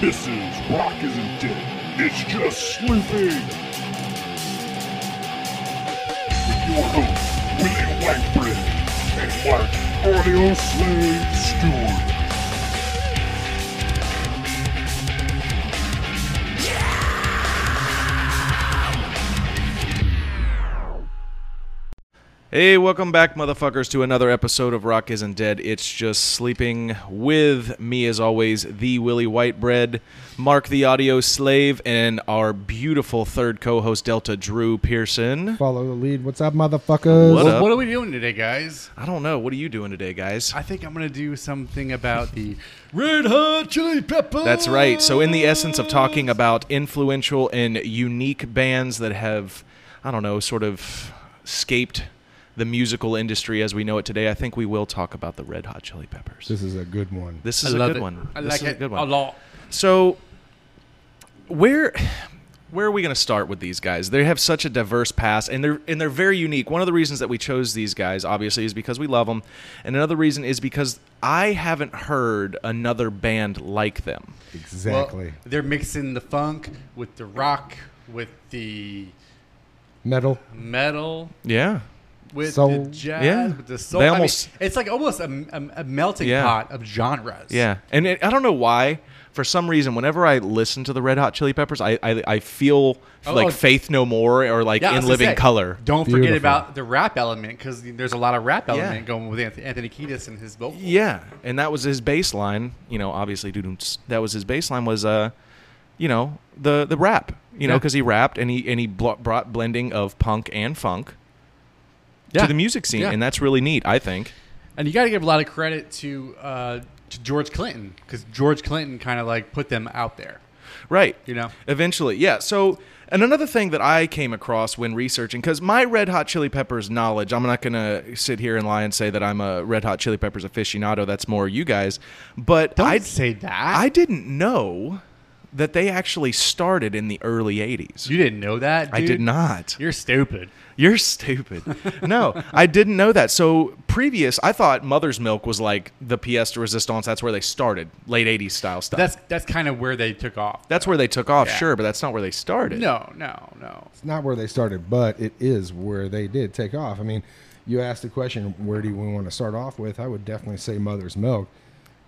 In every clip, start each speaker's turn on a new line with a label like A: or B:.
A: This is Rock Isn't Dead. It's just sleeping. With your hosts, William Whitebread and Mark Audio Slave Stewart.
B: Hey, welcome back, motherfuckers, to another episode of Rock Isn't Dead. It's just sleeping with me, as always, the Willie Whitebread, Mark the Audio Slave, and our beautiful third co host, Delta Drew Pearson.
C: Follow the lead. What's up, motherfuckers?
B: What
D: Well,
B: up?
D: what are we doing today, guys?
B: I don't know. What are you doing today, guys?
D: I think I'm gonna do something about the Red Hot Chili Peppers.
B: That's right. So, in the essence of talking about influential and unique bands that have, I don't know, sort of escaped the musical industry as we know it today, I think we will talk about the Red Hot Chili Peppers.
C: This is a good one.
B: This
D: I
B: is a
D: love
B: good
D: it.
B: one.
D: I
B: This
D: like
B: is
D: it
B: a good
D: a
B: one.
D: lot.
B: So where where are we going to start with these guys? They have such a diverse past and they're and they're very unique. One of the reasons that we chose these guys obviously is because we love them. And another reason is because I haven't heard another band like them.
D: Well,
C: Exactly.
D: they're mixing the funk with the rock, with the
C: Metal.
D: metal,
B: Yeah.
D: with
C: Soul.
D: the jazz,
B: Yeah.
D: with the soul.
B: They
D: I mean,
B: almost-
D: it's like almost a, a, a melting
B: Yeah.
D: pot of genres.
B: Yeah, and it, I don't know why. For some reason, whenever I listen to the Red Hot Chili Peppers, I I, I feel
D: Oh,
B: like
D: oh.
B: Faith No More or like
D: Yeah, I was
B: In
D: gonna
B: Living
D: say,
B: Color.
D: Don't forget
C: Beautiful.
D: about the rap element because there's a lot of rap
B: Yeah.
D: element going with Anth- Anthony Kiedis and his vocal.
B: Yeah, and that was his bass line. You know, obviously, doo-doo-ts, that was his bass line was uh, you know, the the rap. You know,
D: Yeah.
B: because he rapped and he and he bl- brought blending of punk and funk
D: Yeah.
B: to the music scene,
D: Yeah.
B: and that's really neat. I think.
D: And you got to give a lot of credit to uh, to George Clinton because George Clinton kind of like put them out there.
B: Right.
D: You know?
B: Eventually, yeah. So, and another thing that I came across when researching, because my Red Hot Chili Peppers knowledge, I'm not going to sit here and lie and say that I'm a Red Hot Chili Peppers aficionado. That's more you guys. But
D: Don't
B: I,
D: say that.
B: I didn't know that they actually started in the early 80s.
D: you didn't know that.
B: I did
D: dude?
B: not.
D: You're stupid.
B: You're stupid. No, I didn't know that. So previous, I thought Mother's Milk was like the pièce de resistance. That's where they started, late '80s style stuff.
D: That's that's kind of where they took off.
B: that's where they took off,
D: Yeah.
B: sure, but that's not where they started.
D: No, no, no.
C: It's not where they started, but it is where they did take off. I mean, you asked the question, where do we want to start off with? I would definitely say Mother's Milk.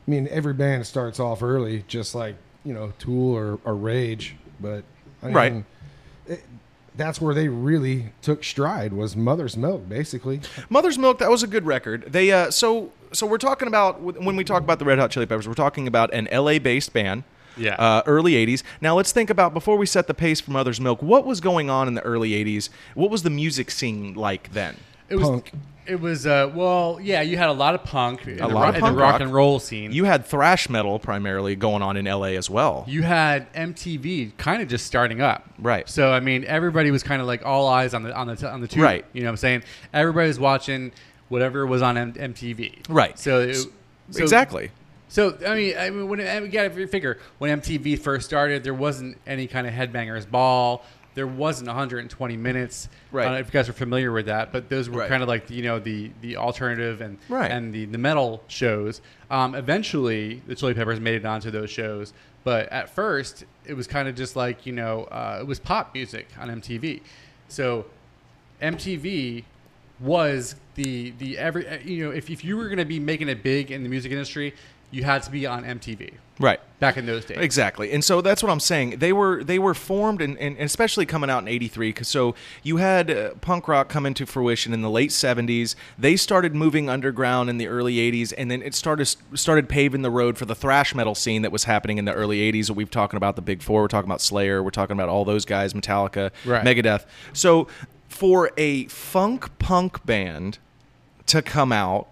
C: I mean, every band starts off early, just like, you know, Tool or, or Rage, but I mean,
B: Right.
C: it, that's where they really took stride was Mother's Milk, basically.
B: Mother's Milk, that was a good record. They uh, so so we're talking about when we talk about the Red Hot Chili Peppers, we're talking about an LA-based band.
D: Yeah.
B: Uh, early 80s. Now let's think about before we set the pace for Mother's Milk, what was going on in the early 80s? What was the music scene like then?
D: It was.
C: Punk.
D: It was. Uh, well, yeah. You had a lot of punk. In the
B: lot
D: ro-
B: of
D: in
B: punk
D: the rock,
B: rock.
D: and roll scene.
B: You had thrash metal primarily going on in LA as well.
D: you had MTV kind of just starting up,
B: Right.
D: So I mean, everybody was kind of like all eyes on the on the t- on the tube,
B: Right.
D: You know what I'm saying? Everybody was watching whatever was on M- MTV,
B: Right.
D: So, it,
B: S-
D: so-
B: exactly.
D: So I mean, I mean, when I mean, you got to figure when MTV first started, there wasn't any kind of headbangers ball. There wasn't 120 minutes.
B: Right.
D: I don't know if you guys are familiar with that, but those were
B: Right.
D: kind of like you know the the alternative and
B: Right.
D: and the the metal shows. Um, eventually, the Chili Peppers made it onto those shows, but at first, it was kind of just like you know uh, it was pop music on MTV. So MTV was the the every uh, you know if, if you were going to be making it big in the music industry, you had to be on MTV
B: Right.
D: back in those days.
B: Exactly, and so that's what I'm saying. They were they were formed, and, and especially coming out in '83. So you had uh, punk rock come into fruition in the late '70s. They started moving underground in the early '80s, and then it started started paving the road for the thrash metal scene that was happening in the early '80s. We've talking about the big four. We're talking about Slayer. We're talking about all those guys, Metallica,
D: Right.
B: Megadeth. So for a funk punk band to come out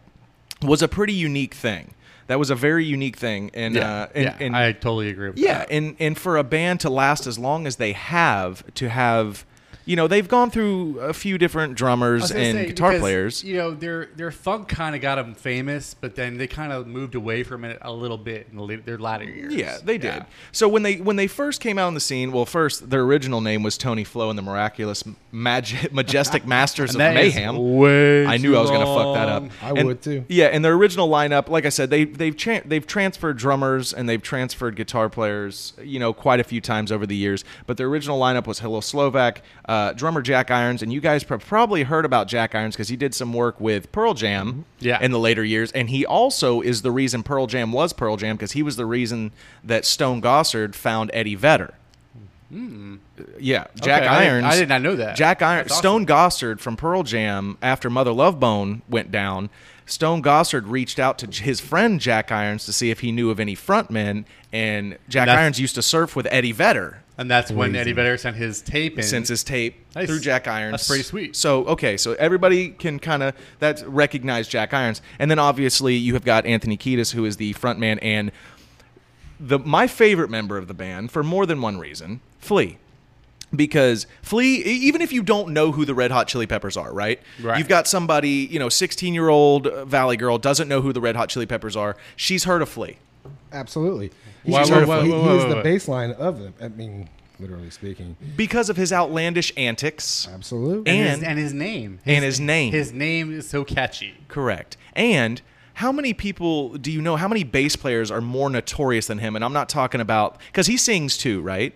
B: was a pretty unique thing. That was a very unique thing, and
D: Yeah,
B: uh, and,
D: yeah,
B: and
D: I totally agree. With
B: yeah,
D: that.
B: and and for a band to last as long as they have, to have you know they've gone through a few different drummers
D: was gonna
B: and
D: say,
B: guitar
D: because,
B: players.
D: You know, their their funk kind of got them famous, but then they kind of moved away from it a little bit in the, la- their latter years.
B: Yeah, they did. So when they when they first came out on the scene, well, first their original name was Tony Flo and the Miraculous Magic Majestic Masters of
D: that is
B: Mayhem.
D: way
B: I knew
D: too
B: I was going to fuck that
D: long.
B: up.
C: I
B: And-
C: would, too.
B: Yeah, and their original lineup, like I said, they they've tran they've transferred drummers and they've transferred guitar players, you know, quite a few times over the years. But their original lineup was Hello Slovak, uh, drummer Jack Irons, and you guys pro- probably heard about Jack Irons because he did some work with Pearl
C: Mm-hmm.
B: Jam,
D: Yeah.
B: in the later years, and he also is the reason Pearl Jam was Pearl Jam because he was the reason that Stone Gossard found Eddie Vedder. Yeah, Jack
D: Hmm. Okay, I didn't-
B: Irons.
D: I did not know that.
B: Jack Irons,
D: That's awesome.
B: Stone Gossard from Pearl Jam. After Mother Love Bone went down, Stone Gossard reached out to j- his friend Jack Irons to see if he knew of any frontmen, and Jack
D: That's-
B: Irons used to surf with Eddie Vedder.
D: And that's when Eddie Vedder sent his tape in.
B: Since his tape
D: Nice.
B: through Jack Irons.
D: That's pretty sweet.
B: So okay, so everybody can kind of that's recognize Jack Irons, and then obviously you have got Anthony Kiedis, who is the frontman and the my favorite member of the band for more than one reason, Flea. Because Flea, e- even if you don't know who the Red Hot Chili Peppers are, right?
D: Right.
B: You've got somebody, you know, 16 year old Valley girl doesn't know who the Red Hot Chili Peppers are. She's heard of Flea.
C: Absolutely. He's,
D: Whoa,
C: sort of-
D: whoa,
C: he,
D: whoa,
C: he
D: whoa,
C: is
D: whoa, whoa.
C: the baseline of them. I mean, literally speaking.
B: Because of his outlandish antics.
C: Absolutely.
B: And-
D: and his, and his name
B: And his name.
D: His name is so catchy.
B: Correct. And how many people do you know? How many bass players are more notorious than him? And I'm not talking about because he sings too, right?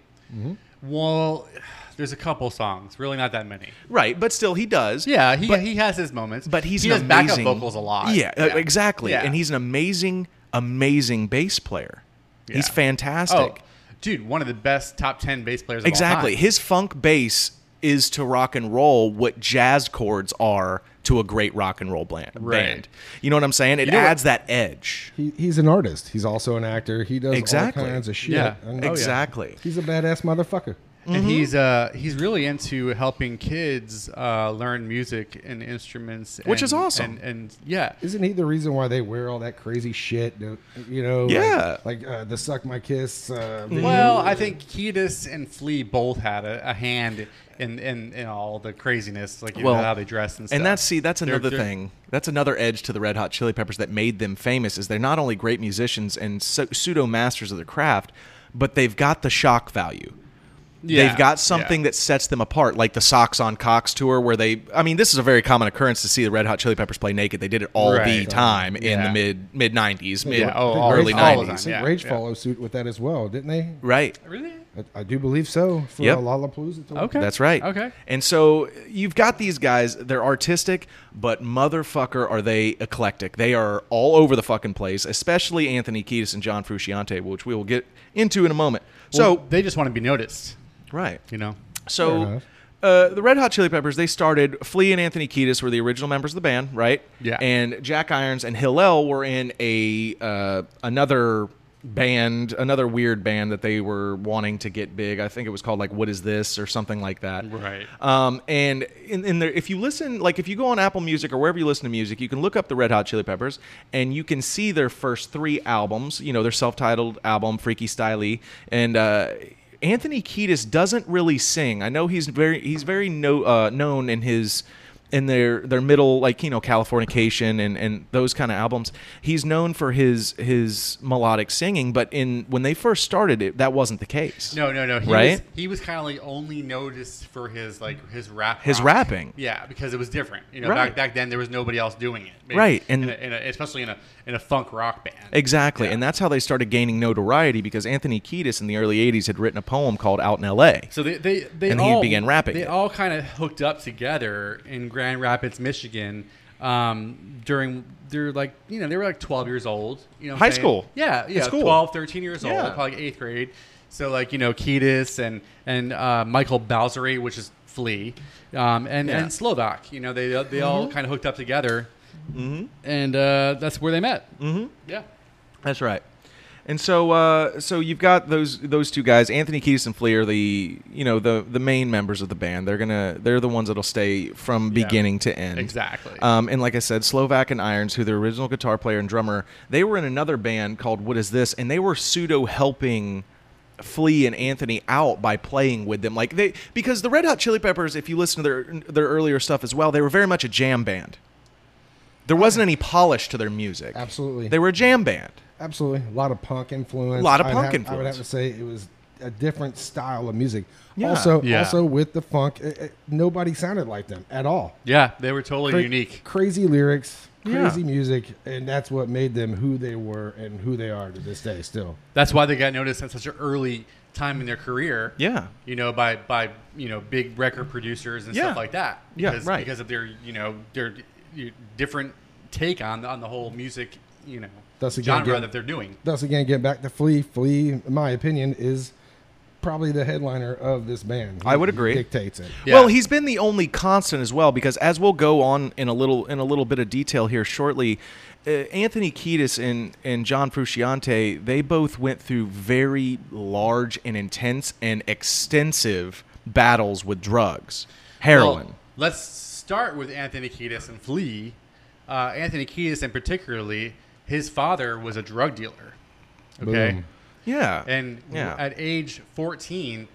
D: Well, there's a couple songs, really not that many.
B: Right, but still he does.
D: Yeah, he
B: But-
D: he has his moments,
B: But he's
D: he
B: an
D: does backup
B: amazing-
D: vocals a lot.
B: Yeah, uh, exactly.
D: Yeah.
B: And he's an amazing, amazing bass player. He's
D: Yeah.
B: fantastic.
D: Oh, dude, one of the best top ten bass players. Of
B: exactly.
D: All time.
B: His funk bass is to rock and roll what jazz chords are to a great rock and roll bland,
D: Right.
B: band. You know what I'm saying? It
D: know what-
B: adds that edge.
C: He, he's an artist. He's also an actor. He does
B: Exactly.
C: all kinds of shit.
D: Yeah.
C: And
D: Oh, yeah.
B: exactly.
C: He's a badass motherfucker.
B: Mm-hmm.
D: and he's uh he's really into helping kids uh, learn music and instruments,
B: Which
D: and-
B: is awesome.
D: And, and yeah,
C: Isn't he the reason why they wear all that crazy shit? that- You know, like-
B: Yeah.
C: like, uh, the suck my kiss. Uh, video.
D: well, I think Kiedis and Flea both had a, a hand in, in in all the craziness, like you know,
B: Well,
D: how they dress and stuff.
B: And that's see, that's
D: They're-
B: another
D: they're-
B: thing. That's another edge to the Red Hot Chili Peppers that made them famous is they're not only great musicians and so, pseudo masters of their craft, but they've got the shock value.
D: Yeah,
B: They've got something
D: yeah.
B: that sets them apart, like the Socks on Cox tour, where they. I mean, this is a very common occurrence to see the Red Hot Chili Peppers play naked. They did it all the
D: Right.
B: time in the
D: Yeah.
B: mid mid nineties, mid
D: Yeah, oh, all-
B: early
D: all of them,
B: nineties.
D: yeah,
C: Rage
D: yeah.
C: followed suit with that as well, didn't they?
B: Right.
D: really
C: I, I do believe so. For
B: Yep.
C: Lollapalooza. tour.
D: okay.
B: That's right.
D: Okay.
B: And so you've got these guys, they're artistic, but motherfucker are they eclectic. They are all over the fucking place, especially Anthony Kiedis and John Frusciante, which we will get into in a moment.
D: So
B: so,
D: they just want to be noticed,
B: right.
D: you know.
C: Fair
B: So
C: enough.
B: uh, the Red Hot Chili Peppers, they started, Flea and Anthony Kiedis were the original members of the band, right?
D: Yeah.
B: And Jack Irons and Hillel were in a uh, another band, another weird band that they were wanting to get big. I think it was called like What Is This or something like that.
D: Right.
B: Um, and in, in there, if you listen, like if you go on Apple Music or wherever you listen to music, you can look up the Red Hot Chili Peppers and you can see their first three albums. You know, their self-titled album, Freaky Styley, and uh, Anthony Kiedis doesn't really sing. I know he's very he's very no, uh, known in his in their their middle like you know californication and and those kind of albums he's known for his his melodic singing but in when they first started it that wasn't the case
D: No, no, no. He
B: Right?
D: Was, he was kind of like only noticed for his like his rap,
B: His
D: rock.
B: rapping.
D: Yeah, because it was different. You know,
B: Right.
D: back back then there was nobody else doing it. Maybe
B: Right, and-
D: in a, in a, especially in a in a funk rock band.
B: Exactly. And that's how they started gaining notoriety because Anthony Kiedis in the early 80s had written a poem called Out in LA.
D: So they they, they
B: And he
D: all
B: began rapping
D: They
B: it.
D: all kind of hooked up together in Grand Rapids, Michigan. Um, during they're like you know they were like 12 years old. You know, what I'm
B: High
D: saying?
B: school.
D: Yeah, yeah,
B: school.
D: 12, 13 years old,
B: Yeah.
D: probably eighth grade. So like you know Kiedis and and uh, Michael Bowsery, which is Flea, um, and
B: Yeah. Mm-hmm.
D: and Slovak. You know they they all kind of hooked up together, and uh, that's where they met. Mm-hmm. Yeah.
B: That's right. And so, uh, so you've got those those two guys, Anthony Kiedis and Flea, are the you know the the main members of the band. They're gonna they're the ones that'll stay from beginning to end.
D: exactly.
B: Um, and like I said, Slovak and Irons, who the original guitar player and drummer, they were in another band called What Is This, and they were pseudo helping Flea and Anthony out by playing with them. Like they because the Red Hot Chili Peppers, if you listen to their their earlier stuff as well, they were very much a jam band. There wasn't any polish to their music.
C: Absolutely.
B: They were a jam band.
C: Absolutely, a lot of punk influence.
B: A lot of
C: I'd
B: punk
C: have- I would
B: influence.
C: have to say it was a different style of music.
B: Yeah.
C: Also,
D: Yeah.
C: also with the funk, it, it- nobody sounded like them at all.
D: Yeah, they were totally
C: Cra-
D: unique.
C: crazy lyrics,
B: Yeah.
C: crazy music, and that's what made them who they were and who they are to this day. Still,
D: That's why they got noticed at such an early time in their career.
B: Yeah.
D: You know, by by you know big record producers and
B: Yeah.
D: stuff like that.
B: Yeah,
D: Because,
B: right.
D: Because of their you know their you- different take on on the whole music you know
C: That's again
D: genre
C: good.
D: that they're doing.
C: thus again, getting back to Flea. Flea, in my opinion, is probably the headliner of this band.
B: I would
C: He
B: agree.
C: Dictates it.
D: Yeah.
B: Well, he's been the only constant as well because as we'll go on in a little in a little bit of detail here shortly, uh, Anthony Kiedis and and John Frusciante they both went through very large and intense and extensive battles with drugs, heroin.
D: Well, let's start with Anthony Kiedis and Flea. Uh, Anthony Kiedis, in particularly, his father was a drug dealer. Okay,
C: Boom.
B: yeah,
D: and w-
B: yeah,
D: at age 14,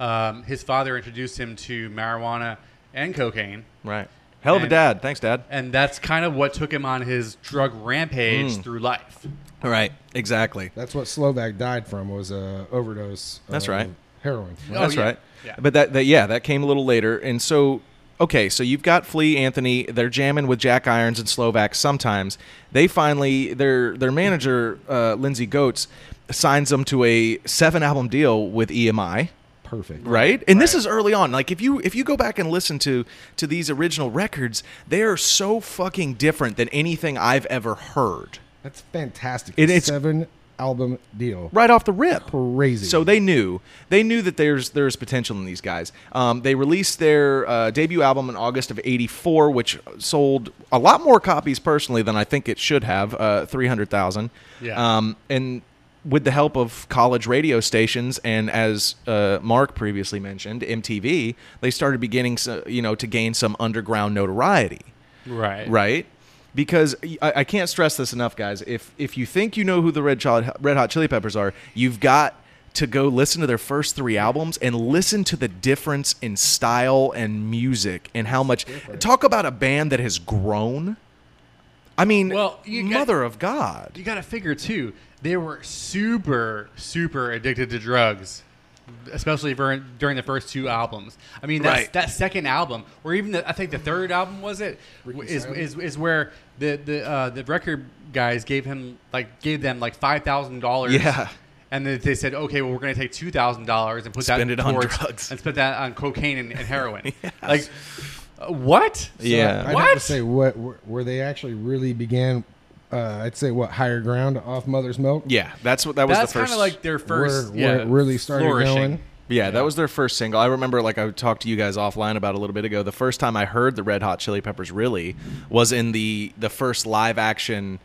D: um, his father introduced him to marijuana and cocaine,
B: right. Hell of a
D: and-
B: dad. Thanks, dad.
D: and that's kind of what took him on his drug rampage through life.
B: All right, exactly.
C: That's what Slovak died from was a overdose.
B: That's
C: of
B: right.
C: Heroin.
D: Oh,
B: That's
D: yeah.
B: right.
D: Yeah.
B: But that, that yeah, that came a little later. And so okay, so you've got Flea Anthony, they're jamming with Jack Irons and Slovak sometimes. They finally their their manager, uh, Lindsay Goetz, signs them to a seven album deal with EMI.
C: Perfect.
B: Right, and this is early on. Like if you if you go back and listen to to these original records, they are so fucking different than anything I've ever heard.
C: That's fantastic.
B: It- it's-
C: seven album deal.
B: Right off the rip,
C: Crazy.
B: So they knew they knew that there's there's potential in these guys. Um, they released their uh, debut album in August of '84, which sold a lot more copies personally than I think it should have, uh, three hundred thousand.
D: Yeah.
B: Um, and with the help of college radio stations and as uh, Mark previously mentioned, MTV, they started beginning so, you know to gain some underground notoriety
D: Right.
B: right? Because I, I can't stress this enough, guys. If if you think you know who the Red, Chili, Red Hot Chili Peppers are, you've got to go listen to their first three albums and listen to the difference in style and music and how much. Talk about a band that has grown. I mean,
D: Well, you got-
B: mother of God.
D: You got to figure too. They were super, super addicted to drugs, especially during during the first two albums. I mean, that's,
B: Right.
D: that second album, or even the, I think the third album was it, is, is is where the the uh, the record guys gave him like gave them like five thousand dollars.
B: Yeah.
D: And then they said, okay, well, we're going to take two thousand dollars and put
B: Spend
D: that
B: it on
D: towards-
B: drugs.
D: and spend that on cocaine and, and heroin. Like, uh, what?
B: yeah.
C: I'd have
D: What?
C: to say what where, where they actually really began. Uh, I'd say what higher ground off Mother's Milk.
B: yeah, that's what that was
D: That's
B: the
D: kind
B: first.
D: of like their first,
C: where,
D: yeah,
C: where it really started
D: flourishing.
C: going.
B: Yeah, that was their first single. I remember, like, I talked to you guys offline about a little bit ago. The first time I heard the Red Hot Chili Peppers really was in the the first live action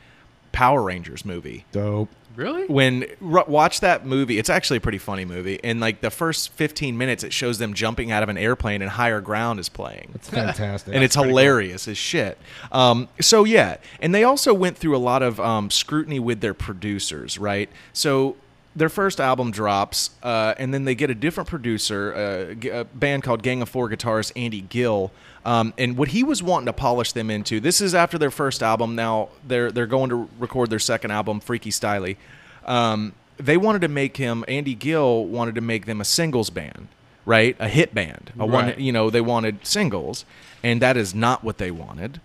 B: Power Rangers movie.
C: Dope.
D: Really?
B: When r- watch that movie, it's actually a pretty funny movie. And like the first fifteen minutes, it shows them jumping out of an airplane, and higher ground is playing
C: It's fantastic.
B: and it's hilarious as shit. Um, so yeah, and they also went through a lot of um, scrutiny with their producers, right? So their first album drops, uh, and then they get a different producer, uh, g- a band called Gang of Four guitarist Andy Gill. Um, and what he was wanting to polish them into, this is after their first album. Now they're they're going to record their second album, Freaky Styly. Um, they wanted to make him Andy Gill wanted to make them a singles band, right? A hit band, a one
D: Right.
B: you know they wanted singles and that is not what they wanted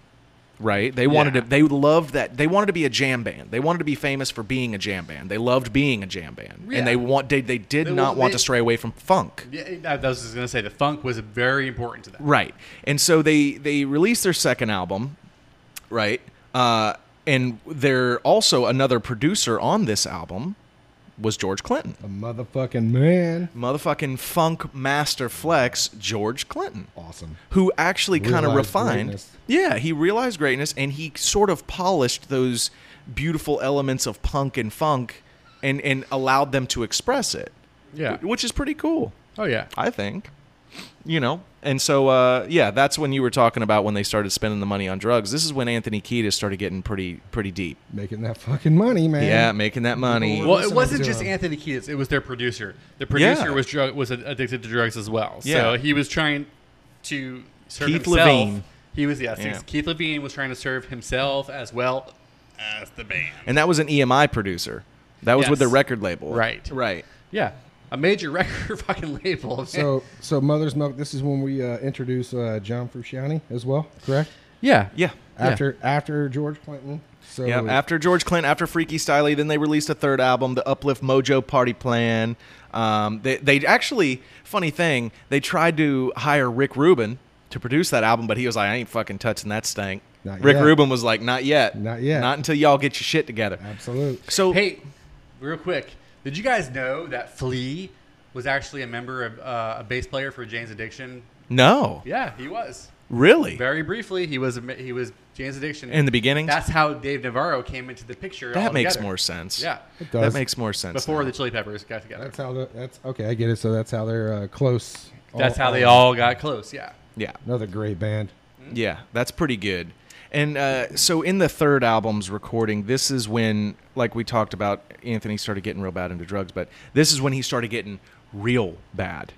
B: right they wanted to they loved that they wanted to be a jam band they wanted to be famous for being a jam band they loved being a jam band
D: Yeah.
B: and they want they, they did
D: They-
B: not
D: well,
B: want
D: they-
B: to stray away from funk
D: Yeah, I I was just gonna say the funk was very important to them.
B: right and so they they released their second album right uh and they're also another producer on this album was George Clinton
C: a motherfucking man.
B: motherfucking funk master flex George Clinton
C: Awesome.
B: who actually kind of
C: Realized
B: refined.
C: greatness.
B: Yeah, he realized greatness and he sort of polished those beautiful elements of punk and funk and, and allowed them to express it,
D: Yeah.
B: which is pretty cool,
D: Oh yeah.
B: I think. You know, And so, uh, yeah, that's when you were talking about when they started spending the money on drugs. This is when Anthony Kiedis started getting pretty, pretty deep.
C: Making that fucking money, man.
B: Yeah, making that money.
D: Well, it
C: Listen
D: wasn't
C: to
D: just
C: him.
D: Anthony Kiedis; it was their producer. The producer
B: Yeah.
D: was drug, was addicted to drugs as well.
B: Yeah.
D: So he was trying to serve
B: Keith
D: himself.
B: Levine.
D: He was yes,
B: Yeah.
D: Keith Levine was trying to serve himself as well as the band.
B: and that was an EMI producer. That was with the
D: Yes.
B: record label.
D: Right.
B: Right.
D: Yeah, a major record fucking label. man.
C: So, so Mother's Milk. This is when we uh, introduce uh, John Frusciante as well, correct?
D: yeah,
B: Yeah.
C: After after George Clinton. So
B: Yeah, after George Clinton, after Freaky Styley, then they released a third album, the Uplift Mojo Party Plan. Um, they, they actually, funny thing, they tried to hire Rick Rubin to produce that album, but he was like, I ain't fucking touching that stank.
C: Not
B: Rick
C: yet.
B: Rubin was like, Not yet.
C: Not yet.
B: Not until y'all get your shit together.
C: absolute.
B: So,
D: Hey, real quick, did you guys know that Flea was actually a member of uh, a bass player for Jane's Addiction?
B: no.
D: Yeah, he was.
B: Really?
D: Very briefly, he was a- he was Jane's Addiction
B: In the beginning?
D: That's how Dave Navarro came into the picture.
B: That makes
D: altogether.
B: more sense.
D: Yeah,
C: It
B: That
C: does.
B: makes more sense.
D: before
B: now.
D: the Chili Peppers got together.
C: That's how the, that's okay. I get it. So that's how they're uh, close.
D: That's how they all got close. Yeah.
B: Yeah.
C: Another great band.
B: Yeah, that's pretty good. And uh, so in the third album's recording, this is when, like we talked about, Anthony started getting real bad into drugs, but this is when he started getting real bad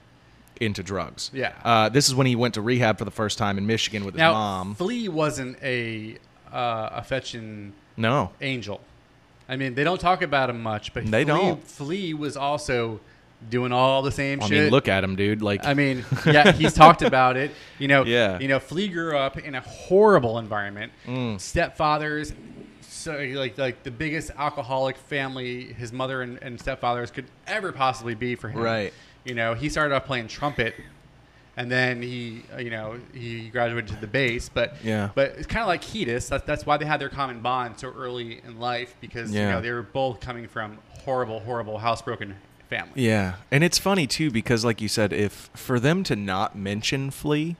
B: into drugs.
D: Yeah.
B: Uh, this is when he went to rehab for the first time in Michigan with his
D: Now,
B: mom.
D: Flea wasn't a uh, a fetching
B: no.
D: angel. I mean, they don't talk about him much, but
B: They
D: Flea,
B: don't.
D: Flea was also doing all the same
B: I
D: shit.
B: mean, look at him, dude. Like,
D: I mean, yeah, he's talked about it. You know,
B: Yeah. Mm.
D: You know, Flea grew up in a horrible environment. Stepfathers, so like like the biggest alcoholic family his mother and, and stepfathers could ever possibly be for him.
B: Right.
D: You know, he started off playing trumpet, and then he, uh, you know, he graduated to the bass. But
B: Yeah.
D: but it's kind of like Ketis. That's that's why they had their common bond so early in life because
B: Yeah.
D: you know they were both coming from horrible, horrible, housebroken families.
B: yeah. And it's funny, too, because, like you said, if for them to not mention Flea,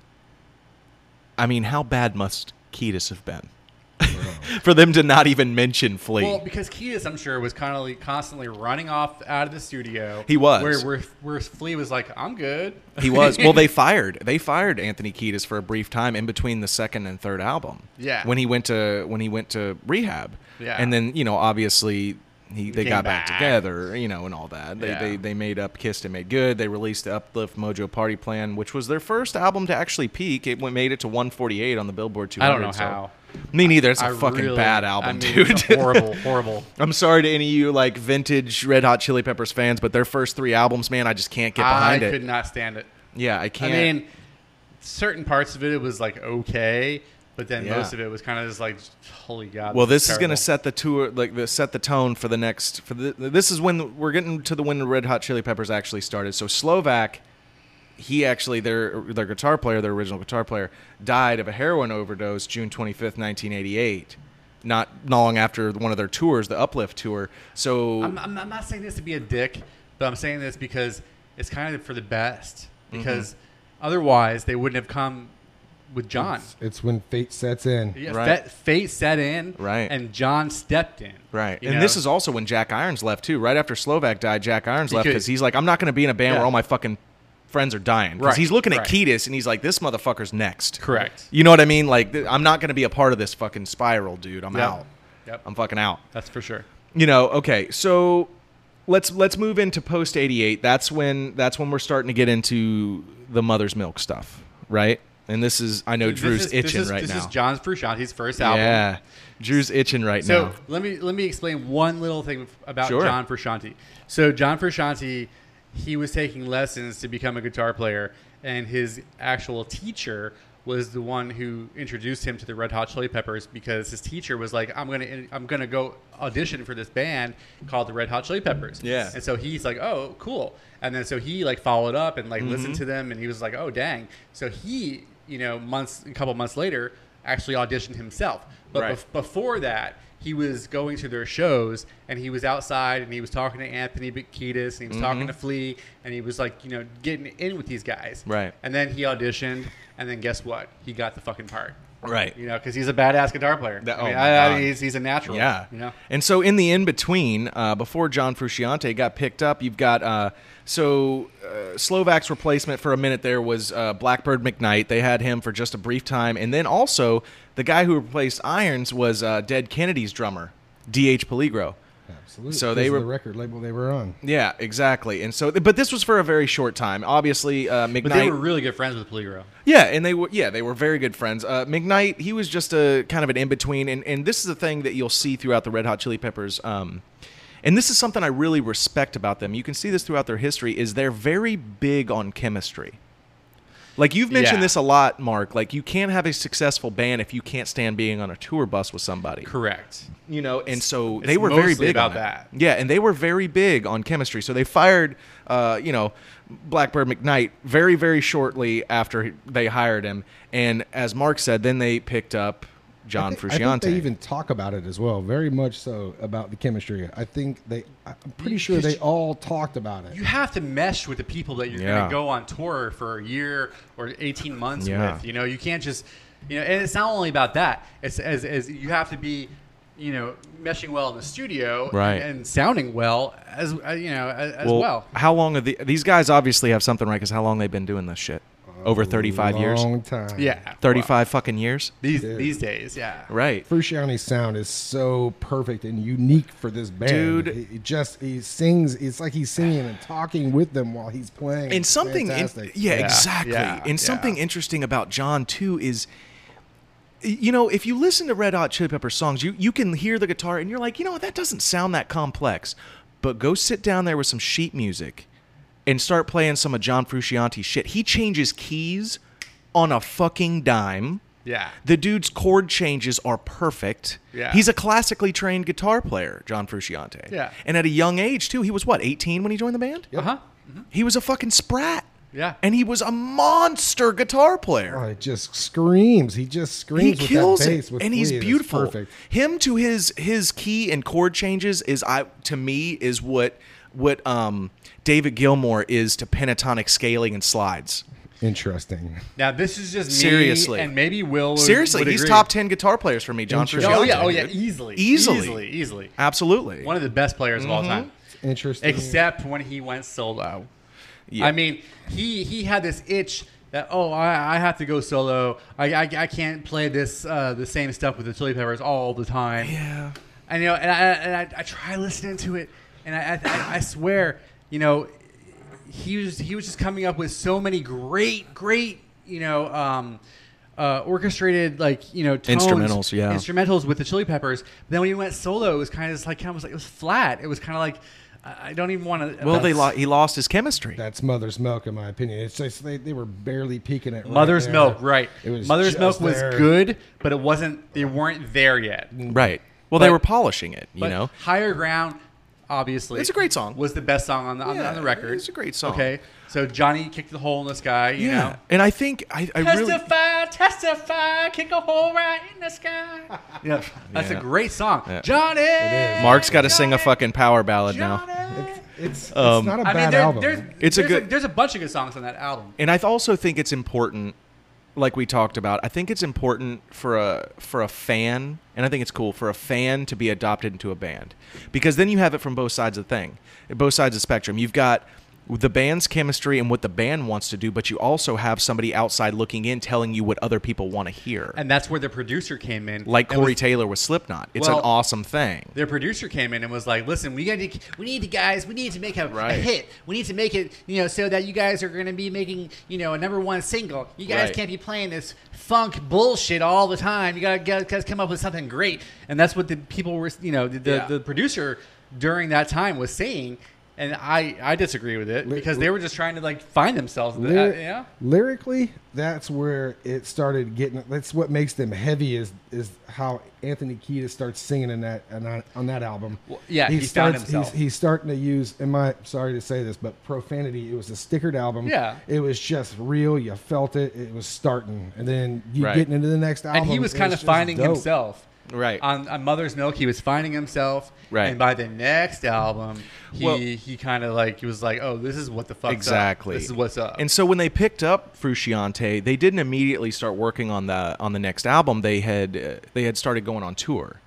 B: I mean, how bad must Ketis have been? for them to not even mention Flea.
D: Well, because Kiedis, I'm sure, was kind of like constantly running off out of the studio.
B: He was.
D: Where, where, where Flea was like, I'm good.
B: He was. Well, they fired. They fired Anthony Kiedis for a brief time in between the second and third album.
D: Yeah.
B: When he went to when he went to rehab.
D: Yeah.
B: And then you know obviously he they
D: came
B: got back.
D: back.
B: together you know and all that. They,
D: Yeah.
B: they they made up kissed and made good. They released the Uplift Mojo Party Plan, which was their first album to actually peak. It went, made it to 148 on the Billboard 200.
D: I don't know
B: so-
D: how.
B: Me neither. It's a
D: I
B: fucking
D: really-
B: bad album,
D: I mean,
B: dude.
D: it's horrible, horrible.
B: I'm sorry to any of you like vintage Red Hot Chili Peppers fans, but their first three albums, man, I just can't get
D: I
B: behind it.
D: could not stand it.
B: Yeah, I
D: I
B: can't.
D: mean, certain parts of it, it was like okay, but then
B: Yeah.
D: most of it was kind of just like, holy God.
B: Well, this is going
D: terrible.
B: to set the tour, like the set the tone for the next. For the, this is when we're getting to the when the Red Hot Chili Peppers actually started. So Slovak, he actually their their guitar player, their original guitar player, died of a heroin overdose June twenty fifth, nineteen eighty eight. Not long after one of their tours, the Uplift tour. So
D: I'm, I'm, I'm not saying this to be a dick, but I'm saying this because it's kind of for the best.
B: Mm-hmm.
D: Because otherwise, they wouldn't have come with John.
C: It's when fate sets in.
D: Yeah,
B: Right.
D: fate, fate set in,
B: Right.
D: And John stepped in,
B: Right.
D: You
B: and
D: know?
B: this is also when Jack Irons left, too. Right after Slovak died, Jack Irons left
D: could-
B: because he's like, I'm not going to be in a band
D: Yeah.
B: where all my fucking friends are dying. Because
D: Right,
B: he's looking at
D: right.
B: Kiedis and he's like, this motherfucker's next.
D: Correct.
B: You know what I mean? Like, th- I'm not going to be a part of this fucking spiral, dude. I'm
D: Yep.
B: out.
D: Yep.
B: I'm fucking out.
D: that's for sure.
B: You know, okay. So let's let's move into post 88. That's when that's when we're starting to get into the mother's milk stuff, right? And this is I know Drew's
D: this is,
B: itching
D: this is,
B: right
D: this
B: now.
D: is John Frusciante's first album.
B: yeah. Drew's itching right
D: So
B: now.
D: let me let me explain one little thing about
B: Sure.
D: John Frusciante. So John Frusciante, he was taking lessons to become a guitar player, and his actual teacher was the one who introduced him to the Red Hot Chili Peppers because his teacher was like, "I'm gonna I'm gonna go audition for this band called the Red Hot Chili Peppers."
B: Yeah.
D: And so he's like, "Oh, cool." And then so he like followed up and like listened
B: Mm-hmm.
D: to them, and he was like, "Oh, dang." So he, you know, months a couple months later, actually auditioned himself. But
B: Right.
D: bef- before that, he was going to their shows and he was outside and he was talking to Anthony Kiedis and he was talking
B: Mm-hmm.
D: to Flea and he was like, you know, getting in with these guys.
B: Right.
D: And then he auditioned and then guess what? He got the fucking part.
B: Right.
D: you know, because he's a badass guitar player.
B: That-
D: I mean,
B: oh my
D: I, I,
B: God.
D: he's, he's a natural.
B: Yeah.
D: You know?
B: And so in the in between, uh, before John Frusciante got picked up, you've got uh, so uh, Slovak's replacement for a minute there was uh, Blackbird McKnight. They had him for just a brief time, and then also the guy who replaced Irons was uh, Dead Kennedy's drummer, D.H. Peligro.
C: Absolutely.
B: So
C: Because
B: they
C: of
B: were-
C: the record label they were on.
B: Yeah, exactly. And so, but this was for a very short time. Obviously, uh, McKnight.
D: But they were really good friends with Peligro.
B: Yeah, and they were yeah they were very good friends. Uh, McKnight he was just a kind of an in between, and and this is the thing that you'll see throughout the Red Hot Chili Peppers. Um, and this is something I really respect about them. You can see this throughout their history is they're very big on chemistry. Like you've mentioned
D: Yeah.
B: this a lot, Mark. Like you can't have a successful band if you can't stand being on a tour bus with somebody.
D: Correct.
B: You know, and so
D: It's
B: they were very
D: mostly
B: big
D: about
B: on it.
D: that.
B: Yeah, and they were very big on chemistry. So they fired, uh, you know, Blackbird McKnight very, very shortly after he- they hired him. And as Mark said, then they picked up John
C: I think
B: Frusciante.
C: they even talk about it as well, very much so about the chemistry. I think they, I'm pretty sure they all talked about it.
D: You have to mesh with the people that you're
B: Yeah.
D: going to go on tour for a year or 18 months
B: Yeah.
D: with. You know, you can't just, you know, and it's not only about that. It's as, as you have to be, you know, meshing well in the studio
B: Right.
D: and, and sounding well as, uh, you know, as, as
B: well,
D: well.
B: how long are the, these guys obviously have something right because how long they've been doing this shit?
D: Oh,
B: Over 35 years?
C: Long time.
D: Yeah.
B: 35 fucking years?
D: These,
C: Yeah.
D: these days, yeah.
B: Right.
C: Frusciante's sound is so perfect and unique for this band.
B: Dude.
C: he, he just he sings. It's like he's singing and talking with them while he's playing.
B: and
C: It's
B: something in-
C: fantastic.
B: yeah,
D: Yeah,
B: exactly
D: yeah,
B: and something
D: yeah.
B: interesting about john too is you know if you listen to red hot chili peppers songs you, you can hear the guitar and you're like you know what, that doesn't sound that complex but go sit down there with some sheet music and start playing some of john frusciante shit he changes keys on a fucking dime
D: Yeah.
B: the dude's chord changes are perfect.
D: Yeah.
B: He's a classically trained guitar player, John Frusciante.
D: Yeah.
B: And at a young age, too. He was, what, 18 when he joined the band?
D: Uh huh.
B: He was a fucking sprat.
D: Yeah.
B: And he was a monster guitar
C: Oh,
B: player.
C: it just screams. He just
B: he
C: screams.
B: kills
C: with that
B: it.
C: bass with
B: and he's
C: Flea. It's
B: beautiful.
C: Perfect.
B: Him to his his key and chord changes is I to me is what what um David Gilmour is to pentatonic scaling and slides.
C: Interesting.
D: Now this is just me
B: Seriously.
D: and maybe Will. would-
B: Seriously,
D: would
B: he's
D: agree.
B: top 10 guitar players for me, John
C: Interesting.
B: Frusciante.
D: Oh yeah, oh yeah,
B: dude.
D: easily,
B: Easily.
D: easily, easily.
B: Absolutely.
D: One of the best players
B: Mm-hmm.
D: of all time,
C: Interesting.
D: except when he went solo.
B: Yeah.
D: I mean, he he had this itch that oh I, I have to go solo. I, I, I can't play this uh, the same stuff with the Chili Peppers all the time.
B: yeah.
D: And you know, and I, and I, I try listening to it, and I, I, I swear, you know, he was he was just coming up with so many great, great, you know, um, uh, orchestrated like you know tones,
B: Instrumentals, yeah.
D: instrumentals with the Chili Peppers. But then when he went solo, it was kind of just like kind of was like it was flat. It was kind of like I I don't even want to.
B: Well, they lo- he lost his chemistry.
C: That's mother's milk, in my opinion. It's just they, they were barely peaking it.
D: Mother's
C: right there.
D: Milk, right?
C: It was
D: Mother's
C: just
D: Milk was
C: there.
D: good, but it wasn't. They weren't there yet.
B: right. Well, they
D: But-
B: were polishing it, you
D: But
B: know.
D: higher ground. Obviously,
B: It's a great song.
D: Was the best song on the, on, the,
B: Yeah,
D: on the record.
B: it's a great song.
D: Okay, so Johnny kicked the hole in the sky. You
B: yeah.
D: know,
B: And I think I, I really
D: testify, testify, kick a hole right in the sky. yeah, that's
B: Yeah.
D: a great song, Johnny.
B: Mark's got to sing a
D: Johnny,
B: fucking power ballad now.
D: Johnny.
C: It's, it's
B: Um,
C: not a
D: I
C: bad
D: mean, there,
C: album.
D: there's
B: It's a
D: there's
B: good-
D: there's a bunch of good songs on that album.
B: And I th- also think it's important, like we talked about. I think it's important for a for a fan, and I think it's cool for a fan to be adopted into a band, because then you have it from both sides of the thing, both sides of the spectrum. You've got the band's chemistry and what the band wants to do, but you also have somebody outside looking in telling you what other people want to hear.
D: And that's where the producer came in,
B: like
D: and
B: Corey
D: was
B: Taylor with Slipknot. It's
D: Well-
B: an awesome thing.
D: their producer came in and was like, "Listen, we got to, we need the guys, we need to make a, a
B: Right.
D: hit, we need to make it, you know, so that you guys are going to be making, you know, a number one single. You guys
B: Right.
D: can't be playing this funk bullshit all the time. You got to guys come up with something great." And that's what the people were, you know, the the,
B: Yeah.
D: the producer during that time was saying. And I, I disagree with it because they were just trying to like find themselves. in
C: Lyri-
D: that, uh, yeah.
C: Lyrically, that's where it started getting. That's what makes them heavy is is how Anthony Kiedis starts singing in that and on, on that album.
D: yeah, he found
C: starts.
D: himself.
C: He's, he's starting to use. Am I sorry to say this, but profanity. It was a stickered album.
D: Yeah.
C: it was just real. You felt it. It was starting, and then you
B: Right.
C: getting into the next album.
D: and he was
C: it
D: kind of
C: just
D: finding
C: dope.
D: himself
B: Right.
D: On, on Mother's Milk, he was finding himself.
B: Right.
D: And by the next album, he
B: Well-
D: he kind of like he was like, oh, this is what the fuck.
B: exactly.
D: This is what's up.
B: And so when they picked up Frusciante, they didn't immediately start working on the on the next album. They had uh, they had started going on tour,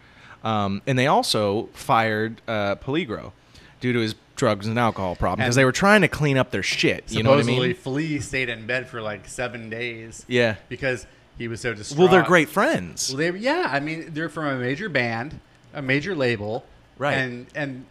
B: um, and they also fired uh, Peligro due to his drugs and alcohol problem because
D: And-
B: they were trying to clean up their shit. You know what I
D: supposedly,
B: mean?
D: Flea stayed in bed for like seven days.
B: Yeah.
D: Because he was so distraught.
B: Well, they're great friends.
D: Well, they yeah, I mean they're from a major band, a major label,
B: Right.
D: And and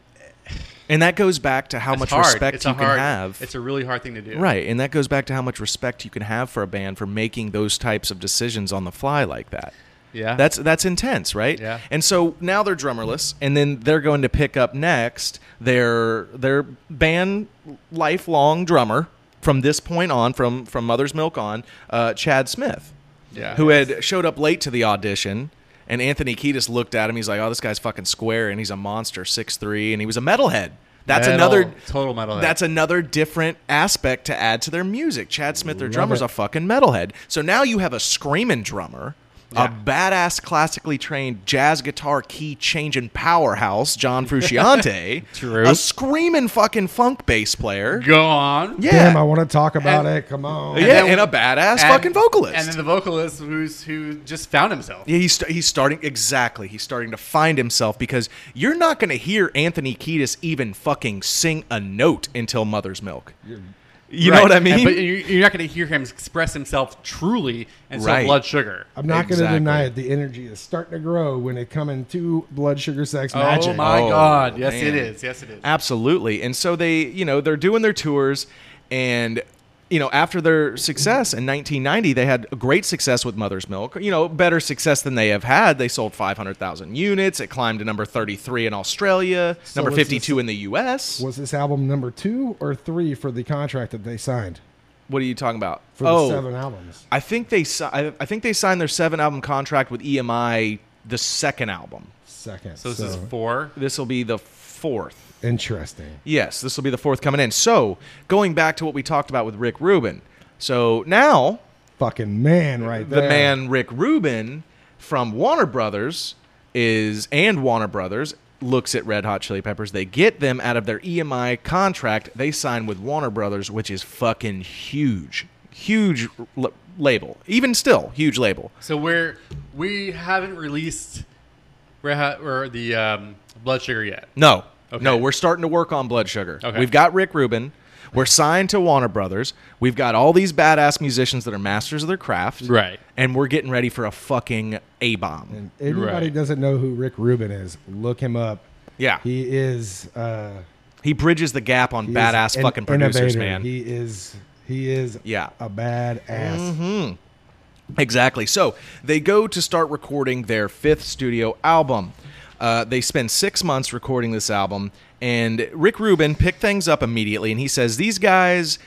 B: And that goes back to how
D: it's
B: much
D: hard.
B: respect
D: It's a
B: you can
D: hard-
B: have.
D: It's a really hard thing to do.
B: right. And that goes back to how much respect you can have for a band for making those types of decisions on the fly like that.
D: Yeah.
B: That's that's intense, right?
D: Yeah.
B: And so now they're drummerless, and then they're going to pick up next their their band lifelong drummer from this point on, from from Mother's Milk on, uh, Chad Smith,
D: Yeah.
B: who had showed up late to the audition. And Anthony Kiedis looked at him. He's like, "Oh, this guy's fucking square, and he's a monster, six three, and he was a metalhead." That's
D: Metal-
B: another
D: total metalhead.
B: That's another different aspect to add to their music. Chad Smith, their
C: Love
B: drummer's
C: it.
B: a fucking metalhead. So now you have a screaming drummer,
D: Yeah.
B: a badass, classically trained jazz guitar key changing powerhouse, John Frusciante,
D: True.
B: a screaming fucking funk bass player.
D: go on.
B: Yeah,
C: Damn, I want to talk about
D: And-
C: it. Come on.
B: yeah, and a badass fucking vocalist.
D: And then the vocalist who's who just found himself.
B: Yeah, he's, st- he's starting exactly. He's starting to find himself because you're not going to hear Anthony Kiedis even fucking sing a note until Mother's Milk. You know
D: Right.
B: what I
D: And-
B: mean?
D: but you- you're not going to hear him express himself truly until
B: Right.
D: Blood Sugar.
C: I'm not going
B: Exactly.
C: to deny it. The energy is starting to grow when it coming to blood sugar sex
D: Oh
C: magic.
D: my
B: Oh,
D: God! Yes,
B: man.
D: it is. Yes, it is.
B: Absolutely. And so they, you know, they're doing their tours and you know, after their success in 1990, they had a great success with Mother's Milk. You know, better success than they have had. They sold 500,000 units. It climbed to number 33 in Australia,
C: So
B: number
C: was this-
B: 52 in the U.S.
C: Was this album number two or three for the contract that they signed
B: what are you talking about? Oh,
C: for the seven albums?
B: I think they, si- I I think they signed their seven album contract with EMI. The second album.
C: Second.
D: So this is four.
B: This will be the fourth.
C: interesting.
B: Yes, this will be the fourth coming in. So, going back to what we talked about with Rick Rubin. So now,
C: Fucking man, right
B: the
C: there.
B: man Rick Rubin from Warner Brothers is, and Warner Brothers looks at Red Hot Chili Peppers. They get them out of their EMI contract. They sign with Warner Brothers, which is fucking huge. Huge l- label. Even still, huge label.
D: So we're we haven't released Red Hot or the um, Blood Sugar yet.
B: No.
D: Okay.
B: No, we're starting to work on Blood Sugar.
D: Okay.
B: We've got Rick Rubin. We're signed to Warner Brothers. We've got all these badass musicians that are masters of their craft.
D: Right.
B: And we're getting ready for a fucking A bomb.
C: And anybody
D: Right.
C: doesn't know who Rick Rubin is, look him up.
B: Yeah. He,
C: He is uh
B: bridges the gap on
C: he is
B: badass
C: an
B: fucking producers,
C: innovator.
B: man.
C: He is he is
B: Yeah. Mm-hmm.
C: a badass.
B: Exactly. So they go to start recording their fifth studio album. Uh, they spend six months recording this album, and Rick Rubin picked things up immediately, and he says these guys,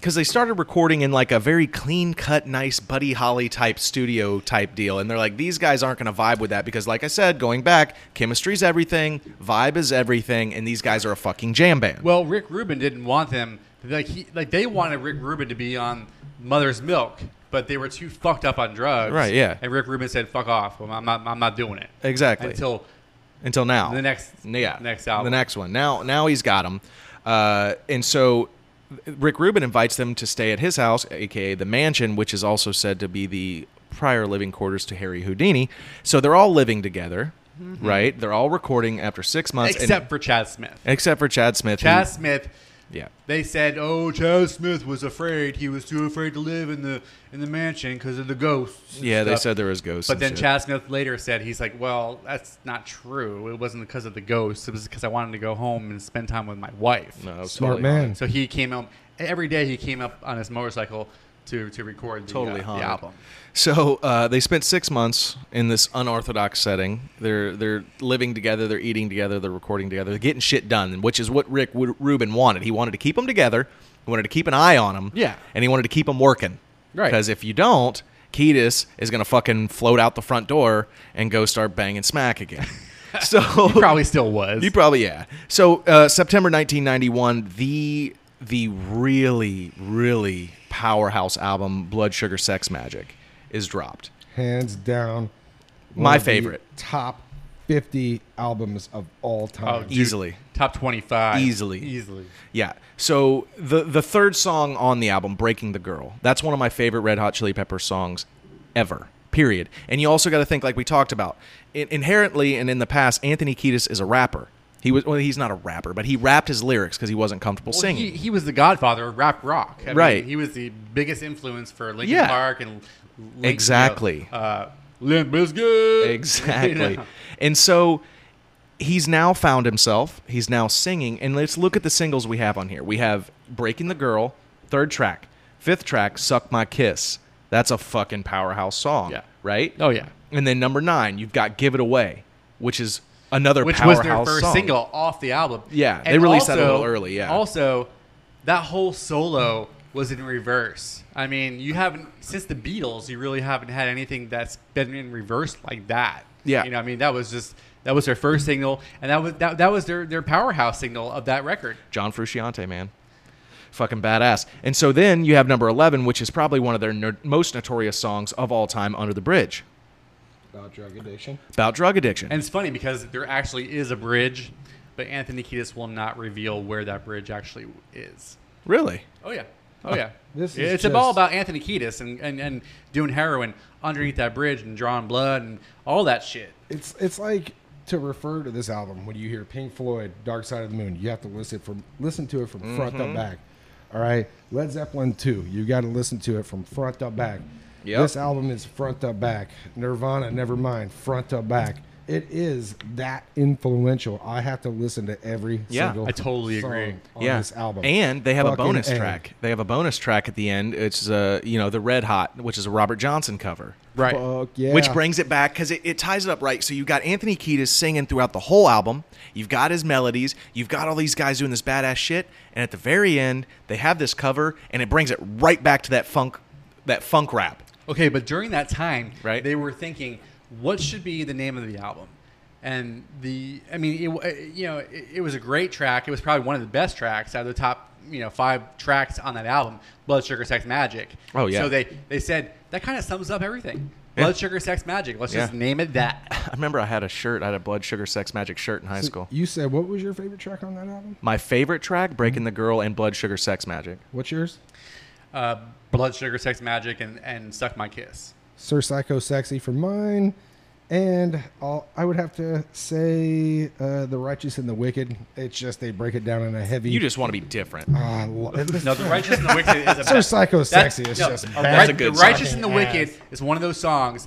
B: because they started recording in like a very clean cut, nice Buddy Holly type studio type deal, and they're like these guys aren't going to vibe with that because, like I said, going back, chemistry's everything, vibe is everything, and these guys are a fucking jam band.
D: Well, Rick Rubin didn't want them. Like he, like they wanted Rick Rubin to be on Mother's Milk, but they were too fucked up on drugs.
B: Right, yeah.
D: And Rick Rubin said, "Fuck off. Well, I'm not. I'm not doing it."
B: Exactly.
D: Until
B: until now.
D: The next-
B: yeah,
D: next album.
B: the next one. Now, now he's got him, uh, and so Rick Rubin invites them to stay at his house, aka the mansion, which is also said to be the prior living quarters to Harry Houdini. So they're all living together, right? They're all recording after six months, and-
D: Mm-hmm. except for Chad Smith.
B: except for Chad Smith. who-
D: Chad Smith.
B: yeah.
D: They said, "Oh, Chad Smith was afraid. He was too afraid to live in the in the mansion because of the ghosts." and
B: Yeah, they
D: stuff."
B: said there was ghosts.
D: But
B: and
D: then
B: shit.
D: Chad Smith later said he's like, "Well, that's not true. It wasn't because of the ghosts. It was because I wanted to go home and spend time with my wife."
B: No,
C: Smart
B: totally
C: man.
B: haunted.
D: So he came up every day. He came up on his motorcycle to to record the,
B: totally
D: uh, the
B: haunted.
D: album.
B: So uh, they spent six months in this unorthodox setting. They're they're living together, they're eating together, they're recording together, they're getting shit done, which is what Rick Ru- Rubin wanted. He wanted to keep them together, he wanted to keep an eye on them,
D: Yeah.
B: and he wanted to keep them working,
D: Right.
B: Because if you don't, Ketis is gonna fucking float out the front door and go start banging smack again. So
D: Probably still was. Oh,
B: you probably yeah. So uh, September 1991, the the really really powerhouse album Blood Sugar Sex Magic is dropped.
C: Hands down one
B: My
C: of the
B: favorite. Oh,
C: top 50 albums of all time.
D: dude,
B: Easily.
D: top twenty-five.
B: Easily.
D: easily.
B: Yeah. So the the third song on the album, "Breaking the Girl," that's one of my favorite Red Hot Chili Peppers songs ever. Period. And you also got to think, like we talked about, in, inherently and in the past, Anthony Kiedis is a rapper. He was well, he's not a rapper, but he rapped his lyrics because he wasn't comfortable
D: Well,
B: singing.
D: He, he was the godfather of rap rock. I mean,
B: Right.
D: he was the biggest influence for Linkin
B: Yeah.
D: Park and Link,
B: Exactly.
D: You know, uh, Limp Bizkit.
B: Exactly.
D: You know?
B: And so he's now found himself. He's now singing. And let's look at the singles we have on here. We have Breaking the Girl, third track. Fifth track, Suck My Kiss. That's a fucking powerhouse song.
D: Yeah.
B: Right?
D: Oh yeah.
B: And then number nine, you've got Give It Away, which is another
D: Which was
B: powerhouse
D: their first
B: song.
D: single off the album.
B: Yeah, they released that a little early, yeah.
D: Also, that whole solo was in reverse. I mean, you haven't since the Beatles. You really haven't had anything that's been in reverse like that.
B: Yeah.
D: You know, I mean, that was just that was their first single, and that was that, that was their their powerhouse single of that record.
B: John Frusciante, man. Fucking badass. And so then you have number 11, which is probably one of their no- most notorious songs of all time, Under the Bridge,
C: About drug addiction.
B: about drug addiction.
D: And it's funny because there actually is a bridge, but Anthony Kiedis will not reveal where that bridge actually is.
B: really?
D: Oh yeah. Oh yeah.
C: This is
D: it's ab- all
C: just-
D: about Anthony Kiedis and, and, and doing heroin underneath that bridge and drawing blood and all that shit.
C: It's it's like to refer to this album when you hear Pink Floyd, Dark Side of the Moon. You have to listen from listen to it from front
B: Mm-hmm.
C: to back. All right, Led Zeppelin too. You got to listen to it from front to back.
B: Yep.
C: This album is front to back. Nirvana, Nevermind, front to back. It is that influential. I have to listen to every
B: Yeah,
C: single
D: I totally agree.
C: song on this album.
B: And they have
C: Fucking
B: a bonus
C: A.
B: track. They have a bonus track at the end. It's uh, you know, the Red Hot, which is a Robert Johnson cover.
D: Right.
C: Fuck yeah.
B: Which brings it back because it, it ties it up right. So you've got Anthony Kiedis singing throughout the whole album. You've got his melodies. You've got all these guys doing this badass shit. And at the very end, they have this cover, and it brings it right back to that funk, that funk rap.
D: Okay, but during that time,
B: Right.
D: they were thinking, what should be the name of the album? And the, I mean, it, w- you know, it, it was a great track. It was probably one of the best tracks out of the top, you know, five tracks on that album, Blood Sugar Sex Magic.
B: Oh, yeah.
D: So they they said that kind of sums up everything.
B: Yeah.
D: Blood Sugar Sex Magic. Let's just
B: Yeah.
D: name it that.
B: I remember I had a shirt. I had a Blood Sugar Sex Magic shirt in high
C: So
B: school.
C: You said what was your favorite track on that album?
B: My favorite track,
C: Mm-hmm.
B: Breaking the Girl and Blood Sugar Sex Magic.
C: What's yours?
D: Uh, Blood Sugar Sex Magic and and Suck My Kiss.
C: Sir Psycho Sexy for mine. And I'll, I would have to say uh, The Righteous and the Wicked. It's just they break it down in a heavy.
B: You just want to be different.
C: Ah, lo-
D: No, the righteous and the wicked is a
C: Sir Psycho Sexy is just
D: a
C: bad.
D: Right-
B: That's a good
D: The righteous
C: song.
D: and the wicked is one of those songs,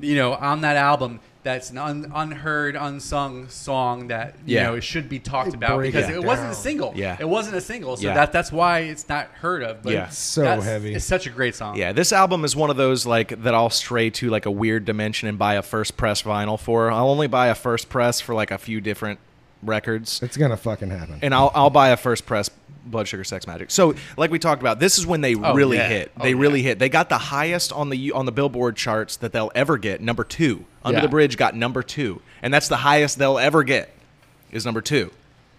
D: you know, on that album that's an un, unheard, unsung song that you
B: Yeah.
D: know it should be talked
C: They
D: about
C: break
D: because
C: it
D: it, wasn't a
C: down.
D: single.
B: Yeah.
D: it wasn't a single. So
B: Yeah.
D: that that's why it's not heard of. But
B: Yeah.
D: it's
C: So
D: that's-
C: heavy.
D: It's such a great song.
B: Yeah, this album is one of those like that I'll stray to like a weird dimension and buy a first press vinyl for. I'll only buy a first press for like a few different records.
C: it's going to fucking happen.
B: And I'll I'll buy a first press Blood Sugar Sex Magic. So, like we talked about, this is when they
D: Oh,
B: really
D: yeah.
B: hit.
D: Oh,
B: They
D: yeah.
B: really hit. They got the highest on the on the Billboard charts that they'll ever get, number 2. Under
D: Yeah.
B: the Bridge got number 2, and that's the highest they'll ever get is number 2.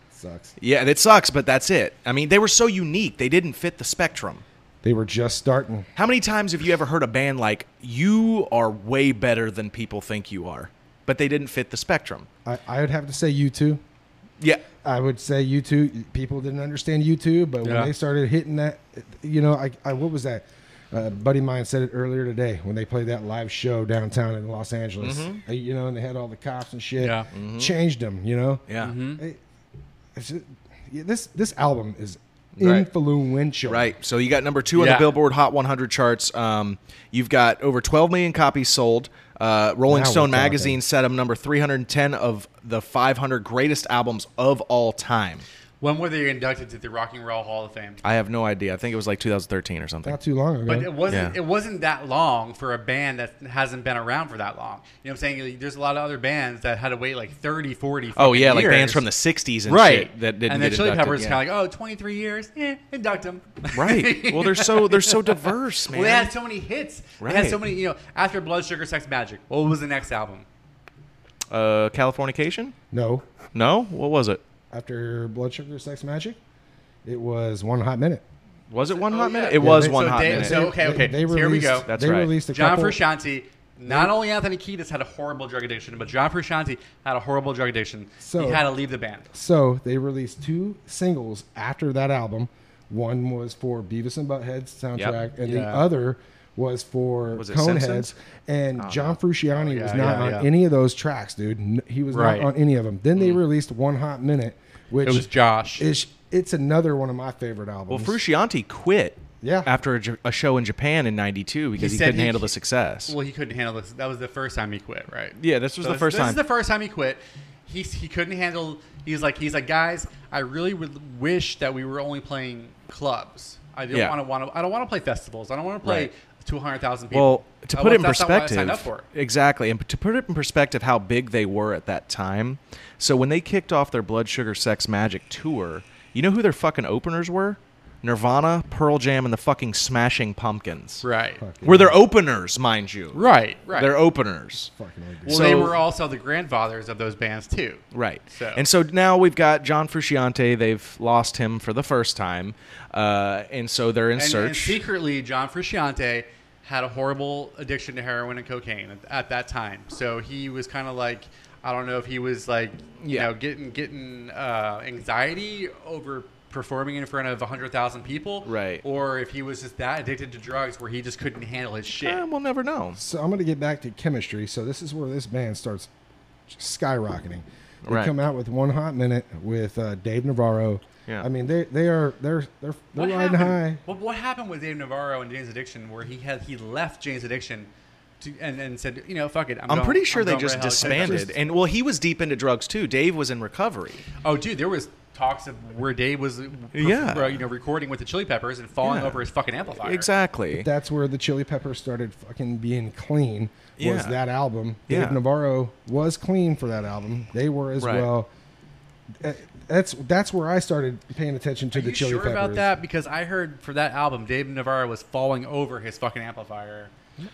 C: Sucks.
B: Yeah, and it sucks, but that's it. I mean, they were so unique. They didn't fit the spectrum.
C: They were just starting.
B: How many times have you ever heard a band like you are way better than people think you are, but they didn't fit the spectrum?
C: I, I would have to say you two.
B: Yeah,
C: I would say you two. People didn't understand you two, but
D: Yeah.
C: when they started hitting that, you know, I, I what was that? Uh, buddy of mine said it earlier today when they played that live show downtown in Los Angeles. Uh, You know, and they had all the cops and shit.
D: Mm-hmm. Yeah.
B: Mm-hmm.
C: Changed them. You know.
B: yeah,
D: Mm-hmm.
C: It- it's just- yeah, this this album is
B: Right.
C: influential.
B: right. So you got number two on
D: Yeah.
B: the Billboard Hot 100 charts. Um, you've got over 12 million copies sold. Uh, Rolling
C: Now we're
B: Stone
C: talking.
B: magazine set them number 310 of the 500 greatest albums of all time.
D: When were they inducted to the Rock and Roll Hall of Fame?
B: I have no idea. I think it was like 2013 or something.
C: Not too long ago.
D: But it wasn't
B: Yeah.
D: it wasn't that long for a band that hasn't been around for that long. You know what I'm saying? There's a lot of other bands that had to wait like 30, 40
B: Oh yeah, like
D: fucking
B: bands
D: years.
B: from the 60s and shit that didn't
D: and
B: get
D: the Chili
B: inducted.
D: Peppers
B: Yeah.
D: kind of like, oh, 23 years, eh, induct them.
B: right. Well, they're so they're so diverse, man.
D: well, they had so many hits. They had so
B: Right.
D: many, you know, after Blood Sugar Sex Magic, what was the next album?
B: uh, Californication?
C: no,
B: No, what was it?
C: after Blood Sugar Sex Magic, it was one hot minute.
B: Was it one
D: Oh,
B: hot
D: yeah.
B: minute?
D: Yeah,
B: It was
C: they-
B: one
D: so
B: hot
D: they-
B: minute.
D: so- okay, okay, here we go.
B: That's
C: they
B: right.
C: released a
D: John
C: couple.
D: Frusciante Not only Anthony Kiedis had a horrible drug addiction, but John Frusciante had a horrible drug addiction.
C: So-
D: he had to leave the band.
C: So they released two singles after that album. One was for Beavis and Butthead's soundtrack, and the
D: Yeah.
C: other was for
B: Was it
C: Coneheads.
B: Simpsons?
C: And John Frusciante was
D: Oh, yeah,
C: not
D: yeah,
C: on
D: yeah.
C: any of those tracks, dude. N- He was
D: Right. Mm.
C: not on any of them. Then they released One Hot Minute, which
D: It was Josh.
C: is it's another one of my favorite albums.
B: Well, Frusciante quit.
C: Yeah.
B: After a, J- a show in Japan in '92 because
D: He
B: he,
D: said
B: couldn't
D: he-
B: handle the success.
D: well, he couldn't handle this. That was the first time he quit, right?
B: yeah, this was
D: So
B: the first
D: this
B: time.
D: This is the first time he quit. He, he couldn't handle. He's like he's like guys. I really would wish that we were only playing clubs. I don't
B: Yeah.
D: want to want to. I don't want to play festivals. I don't want to play
B: Right.
D: two hundred thousand people.
B: Well, to
D: Uh,
B: put it in
D: that's not what I
B: perspective,
D: signed up for.
B: exactly, and to put it in perspective, how big they were at that time. So when they kicked off their Blood Sugar Sex Magic tour, you know who their fucking openers were? Nirvana, Pearl Jam, and the fucking Smashing Pumpkins.
D: Right,
B: Were their openers, mind you?
D: right, right.
B: Their openers.
C: Fucking ridiculous.
D: well, they
B: so-
D: were also the grandfathers of those bands too.
B: Right.
D: So-
B: And so now we've got John Frusciante. They've lost him for the first time, uh, and so they're in
D: And,
B: search.
D: and secretly, John Frusciante had a horrible addiction to heroin and cocaine at, at that time. So he was kind of like, I don't know if he was like, you
B: Yeah.
D: know, getting getting uh, anxiety over performing in front of 100,000 people.
B: Right.
D: Or if he was just that addicted to drugs where he just couldn't handle his shit.
B: Eh, we'll never know.
C: So I'm going to get back to chemistry. So this is where this band starts skyrocketing. They
B: Right.
C: come out with one hot minute with uh, Dave Navarro.
B: Yeah.
C: I mean they they are they're they're they're
D: What
C: riding
D: happened-
C: high.
D: What, what happened with Dave Navarro and Jane's Addiction, where he had he left Jane's Addiction, to, and and said, you know, fuck it. I'm,
B: I'm
D: going-
B: pretty sure
D: I'm
B: they
D: going
B: just
D: right out.
B: disbanded. and well, he was deep into drugs too. Dave was in recovery.
D: Oh, dude, there was talks of where Dave was, uh,
B: Yeah.
D: uh, you know, recording with the Chili Peppers and falling
B: Yeah.
D: over his fucking amplifier.
B: Exactly.
C: That's where the Chili Peppers started fucking being clean. Was
B: Yeah.
C: that album?
B: Yeah.
C: Dave Navarro was clean for that album. They were as
B: Right.
C: well. Uh, That's that's where I started paying attention to
D: Are
C: the
D: you
C: Chili
D: sure
C: Peppers.
D: about that? Because I heard for that album, Dave Navarro was falling over his fucking amplifier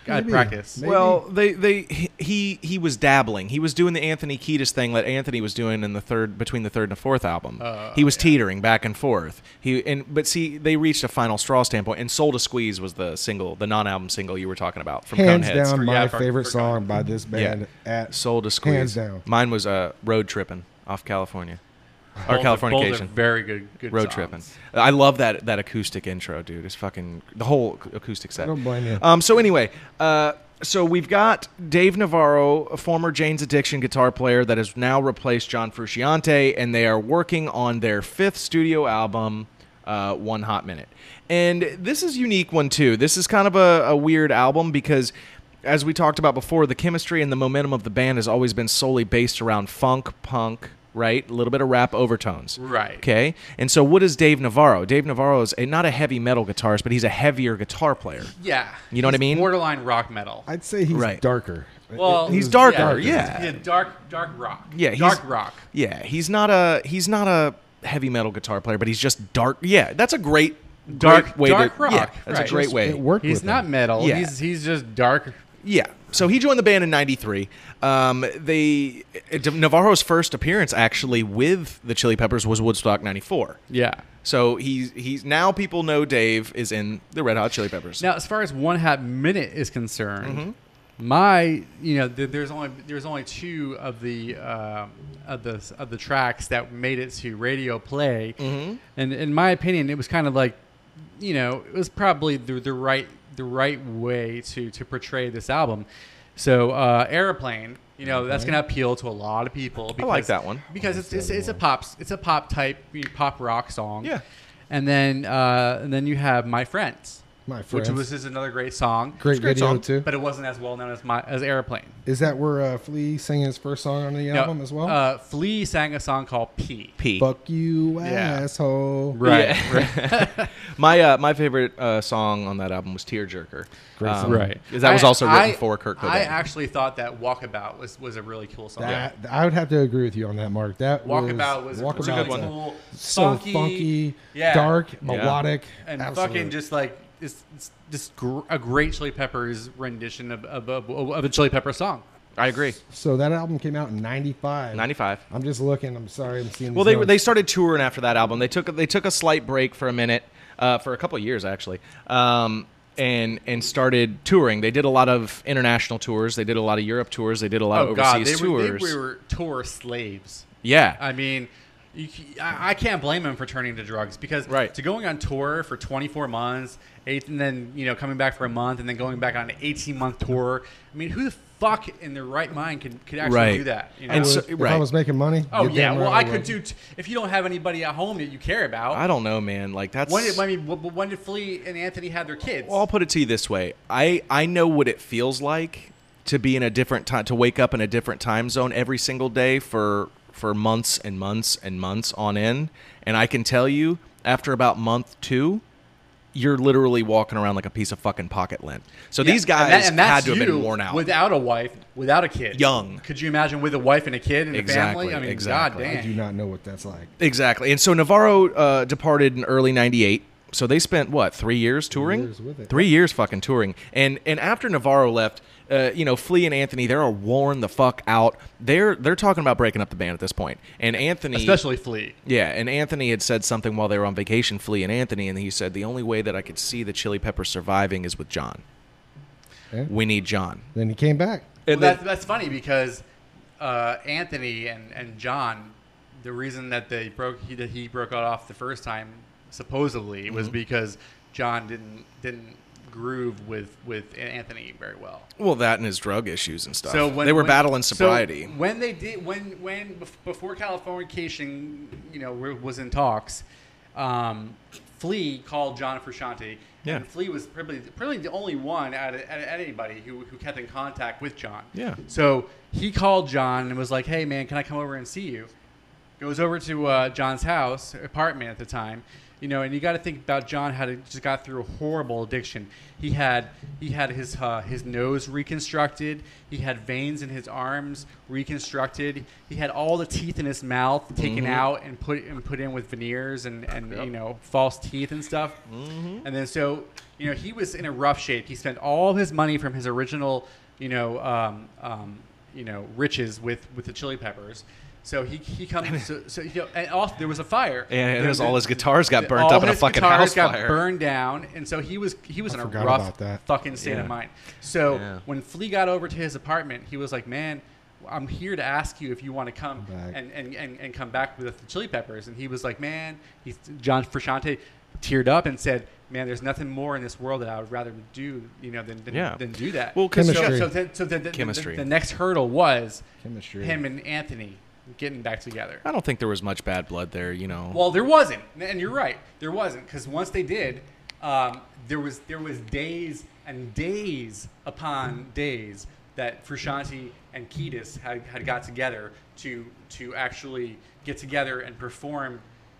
D: at
C: Maybe.
D: practice.
C: Maybe.
B: Well, they they he- he he was dabbling. He was doing the Anthony Kiedis thing that Anthony was doing in the third between the third and the fourth album.
D: Uh,
B: he was teetering back and forth. He and but see they reached a final straw standpoint and Soul to Squeeze was the single, the non-album single you were talking about from
C: Hands
B: Coneheads.
C: down,
D: For-
C: my
D: yeah, for-
C: favorite
D: for
C: song by this band at
B: Soul to Squeeze.
C: Hands down.
B: Mine was uh, Road Trippin' off California. Or
D: Both are-
B: Californication.
D: both are very good, good
B: road
D: songs.
B: tripping. I love that that acoustic intro, dude. It's fucking the whole ac- acoustic set.
C: I don't blame you.
B: Um, so anyway, uh, so we've got Dave Navarro, a former Jane's Addiction guitar player that has now replaced John Frusciante, and they are working on their fifth studio album. Uh, one hot minute, and this is a unique one too. This is kind of a, a weird album because as we talked about before, the chemistry and the momentum of the band has always been solely based around funk, punk, right? A little bit of rap overtones.
D: Right.
B: Okay. And so, what is Dave Navarro? Dave Navarro is a, not a heavy metal guitarist, but he's a heavier guitar player.
D: Yeah.
B: You know what I
D: He's
B: mean?
D: Borderline rock metal.
C: I'd say he's
B: Right.
C: darker.
D: well,
B: He's
D: yeah,
B: darker,
D: he's-
B: yeah.
D: He's a dark, dark rock.
B: Yeah. He's,
D: dark rock.
B: Yeah. He's not a he's not a heavy metal guitar player, but he's just dark. Yeah. That's a great
D: Dark-
B: great way
D: dark
B: to,
D: rock,
B: Yeah, that's
D: right.
B: a great
D: Just-
B: way.
C: It worked.
D: He's
C: with
D: not
C: them.
D: metal.
B: Yeah.
D: He's he's just dark.
B: Yeah. So he joined the band in '93. Um, they it- Navarro's first appearance actually with the Chili Peppers was Woodstock '94.
D: Yeah.
B: So he's he's now people know Dave is in the Red Hot Chili Peppers.
D: Now, as far as one hat minute is concerned,
B: Mm-hmm.
D: my you know th- there's only there's only two of the um of the of the tracks that made it to radio play,
B: Mm-hmm.
D: and in my opinion, it was kind of like you know it was probably the, the right the right way to to portray this album. So uh, airplane. You know that's going to appeal to a lot of people. Because,
B: Mm-hmm. like that one.
D: because it's, it's, it's a pop it's a pop type pop rock song.
B: Yeah.
D: and then uh, and then you have my friends.
C: My
D: Which
C: Friends.
D: was is another great song.
C: Great
B: a great
C: video
B: song,
C: too.
D: But it wasn't as well known as my as Airplane.
C: Is that where uh, Flea sang his first song on the
D: No,
C: album as well?
D: Uh, Flea sang a song called P.
B: P.
C: Fuck you,
D: yeah.
C: asshole.
D: Right.
B: Yeah.
D: right.
B: My uh, my favorite uh, song on that album was Tearjerker.
C: Great song.
D: right.
B: 'cause That was
D: I-
B: also written
D: I-
B: for Kurt Cobain.
D: I actually thought that Walkabout was, was a really cool song.
C: That, I would have to agree with you on that, Mark. That
D: Walkabout was,
C: Walkabout
D: a really
B: Walkabout's a-
D: cool,
C: so
D: funky,
C: funky,
D: yeah.
C: dark, melodic,
D: and
C: absolute.
D: fucking just like it's, it's just gr- a great Chili Peppers rendition of of, of, of a Chili Pepper song.
B: I agree.
C: So that album came out in '95.
B: '95.
C: I'm just looking. I'm sorry. I'm seeing.
B: Well, they
C: these
B: were- they
C: notes.
B: started touring after that album. They took they took a slight break for a minute, uh, for a couple of years actually, um, and and started touring. They did a lot of international tours. They did a lot of Europe tours. They did a lot
D: oh
B: of
D: God,
B: overseas
D: they were,
B: tours.
D: they were tour slaves.
B: yeah,
D: I mean, you, c- I, I can't blame him for turning to drugs because
B: Right.
D: to going on tour for 24 months, eight, and then you know coming back for a month, and then going back on an 18 month tour. I mean, who the fuck in their right mind could, could actually
B: Right.
D: do that? You know?
B: And
C: If
B: so-
C: I was- if I
B: right.
C: was making money,
D: oh
C: you're
D: yeah,
C: damn
D: well
C: right
D: I could do t- if you don't have anybody at home that you care about.
B: I don't know, man. Like that's.
D: when did, I mean, wh- when did Flea and Anthony have their kids?
B: Well, I'll put it to you this way: I I know what it feels like to be in a different time, to wake up in a different time zone every single day for for months and months and months on end. And I can tell you, after about month two, you're literally walking around like a piece of fucking pocket lint. So these
D: Yeah,
B: guys
D: and that-
B: had
D: and that's
B: to have
D: you
B: been worn out.
D: Without a wife, without a kid.
B: Young.
D: Could you imagine with a wife and a kid and a
B: Exactly,
D: family? I mean,
B: exactly.
D: goddamn.
C: I do not know what that's like.
B: exactly. And so Navarro uh, departed in early '98. So they spent what three years touring?
C: years with it.
B: Three years fucking touring. And and after Navarro left, uh, you know, Flea and Anthony, they're all worn the fuck out. They're they're talking about breaking up the band at this point. And Anthony
D: Especially Flea.
B: yeah, and Anthony had said something while they were on vacation, Flea and Anthony, and he said the only way that I could see the Chili Peppers surviving is with John.
C: Yeah.
B: We need John.
C: Then he came back.
B: And
D: well,
B: then-
D: that's, that's funny because uh, Anthony and, and John, the reason that they broke he, that he broke out off the first time supposedly
B: Mm-hmm.
D: was because John didn't didn't groove with with Anthony very well.
B: well, that and his drug issues and stuff.
D: So when,
B: they were
D: when-
B: battling
D: so
B: sobriety.
D: when they did, when when bef- before Californication, you know, were- was in talks, um, Flea called John Frusciante,
B: Yeah.
D: and Flea was probably probably the only one out of, out of anybody who who kept in contact with John.
B: Yeah.
D: So he called John and was like, "Hey, man, can I come over and see you?" goes over to uh, John's house apartment at the time. You know, and you got to think about John had a- just got through a horrible addiction. He had he had his uh, his nose reconstructed. He had veins in his arms reconstructed. He had all the teeth in his mouth taken out and put and put in with veneers and and you know false teeth and stuff. And then so you know he was in a rough shape. He spent all his money from his original you know um, um, you know riches with with the Chili Peppers. So he, he comes so, so you know, and also there was a fire
B: And it was
D: There-
B: all his guitars got burnt
D: all
B: up in a
D: his
B: fucking
D: guitars
B: house
D: got
B: fire.
D: burned down and so he was he was
C: I
D: in a
C: forgot
D: rough
C: about that.
D: fucking state
B: Yeah.
D: of mind so
B: Yeah.
D: when Flea got over to his apartment he was like man I'm here to ask you if you want to come
C: Back.
D: and, and, and, and come back with the Chili Peppers and he was like man he's John Frusciante teared up and said man there's nothing more in this world that I would rather do you know than than,
B: Yeah.
D: than do that
B: Well, 'cause-
D: so,
C: Chemistry.
D: so, then- so then the, the-
B: Chemistry.
D: the next hurdle was
C: Chemistry.
D: him and Anthony getting back together.
B: I don't think there was much bad blood there, you know.
D: Well, there wasn't, and you're right, there wasn't, because once they did, um, there was there was days and days upon days that Frusciante and Kiedis had, had got together to to actually get together and perform.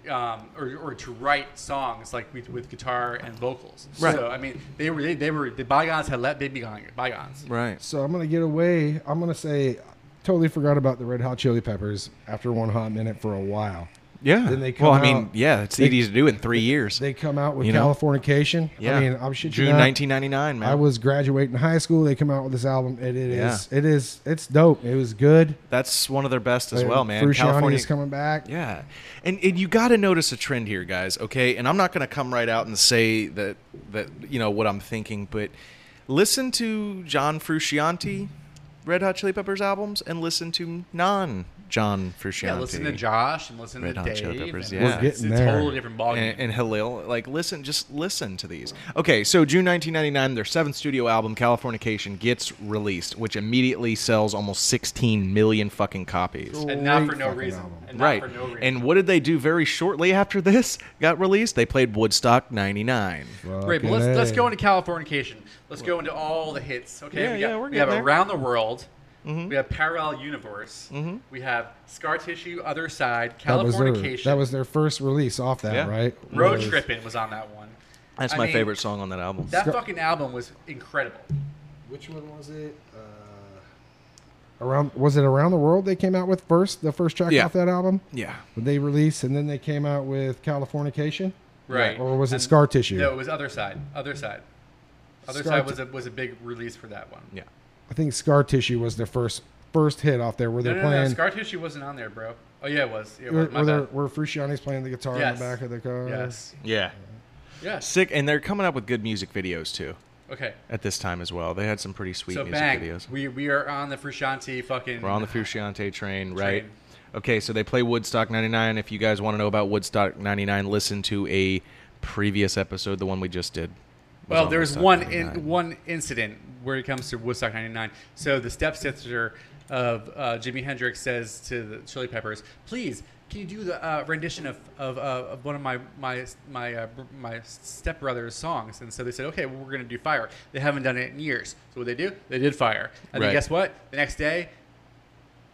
D: Um, or, or to write songs like with, with guitar and vocals.
B: Right.
D: So I mean, they were they, they were the bygones had let they be gone, bygones.
B: right.
C: So I'm gonna get away. I'm gonna say, totally forgot about the Red Hot Chili Peppers after one hot minute for a while.
B: Yeah.
C: Then they
B: well, I
C: come
B: mean,
C: out-
B: yeah, it's
C: they-
B: easy to do in three years.
C: They come out with
B: You know?
C: Californication.
B: yeah.
C: I mean, I'm shit you
B: June
C: not.
B: 1999, man.
C: I was graduating high school. They come out with this album. It, it is.
B: Yeah.
C: It is. It's dope. It was good.
B: That's one of their best as
C: And
B: well, man.
C: Frusciante
B: California
C: is coming back.
B: Yeah. And and you got to notice a trend here, guys, okay? And I'm not going to come right out and say that that you know what I'm thinking, but listen to John Frusciante Red Hot Chili Peppers albums and listen to non John Frusciante.
D: Yeah, listen to Josh and listen
B: Red
D: to
B: Hot
D: Dave.
B: Chili Peppers,
D: and
B: yeah. We're
D: it's- it's,
C: getting
D: a
C: there.
D: totally different ballgame.
B: and, and Halil. Like, listen, just listen to these. Okay, so June 1999, their seventh studio album, Californication, gets released, which immediately sells almost 16 million fucking copies.
D: and not for
C: Great
D: no
C: fucking
D: reason.
C: album.
D: And not
B: Right.
D: for no reason.
B: and what did they do very shortly after this got released? They played Woodstock 99.
D: Great, but let's, let's go into Californication. Let's go into all the hits. Okay,
B: Yeah,
D: we, got,
B: yeah, we're
D: we
B: getting
D: have
B: there. Mm-hmm.
D: Around the World. We have Parallel Universe. We have Scar Tissue, Other Side,
C: That was their.
D: Californication.
C: That was their first release off that,
B: Yeah.
C: right?
D: Road
C: Was-
D: Trippin' was on that one.
B: That's
D: I
B: my
D: mean,
B: favorite song on that album.
D: That fucking album was incredible.
C: Which one was it? Uh, around was it around the world they came out with first? The first track
B: Yeah.
C: off that album.
B: yeah.
C: They released, and then they came out with Californication.
D: Right.
C: Or was it
D: And-
C: Scar Tissue?
D: No, it was Other Side. Other Side. Other
C: Scar
D: Side was a, was a big release for that one.
B: Yeah.
C: I think Scar Tissue was their first first hit off there. Where
D: No,
C: they're
D: no, no,
C: playing.
D: no, Scar Tissue wasn't on there, bro. Oh, yeah, it was. Yeah, it
C: where,
D: was. My
C: where, they're- uh,
D: bad.
C: where Frusciante's playing the guitar in
D: Yes.
C: the back of the car.
D: Yes.
B: Yeah.
D: Yes.
B: Sick. And they're coming up with good music videos, too.
D: Okay.
B: at this time as well. They had some pretty sweet
D: So
B: music
D: bang,
B: videos.
D: we we are on the Frusciante fucking.
B: We're on the Frusciante train, right?
D: Train.
B: Okay, so they play Woodstock 99. If you guys want to know about Woodstock 99, listen to a previous episode, the one we just did. was
D: Well,
B: on
D: there's
B: Woodstock
D: one
B: 99.
D: in, one incident where it comes to Woodstock '99. So the stepsister of uh, Jimi Hendrix says to the Chili Peppers, "Please, can you do the uh, rendition of, of, uh, of one of my my my uh, br- my stepbrother's songs?" And so they said, "Okay, well, we're going to do Fire." They haven't done it in years. So what they do? They did Fire. And
B: Right.
D: then guess what? The next day.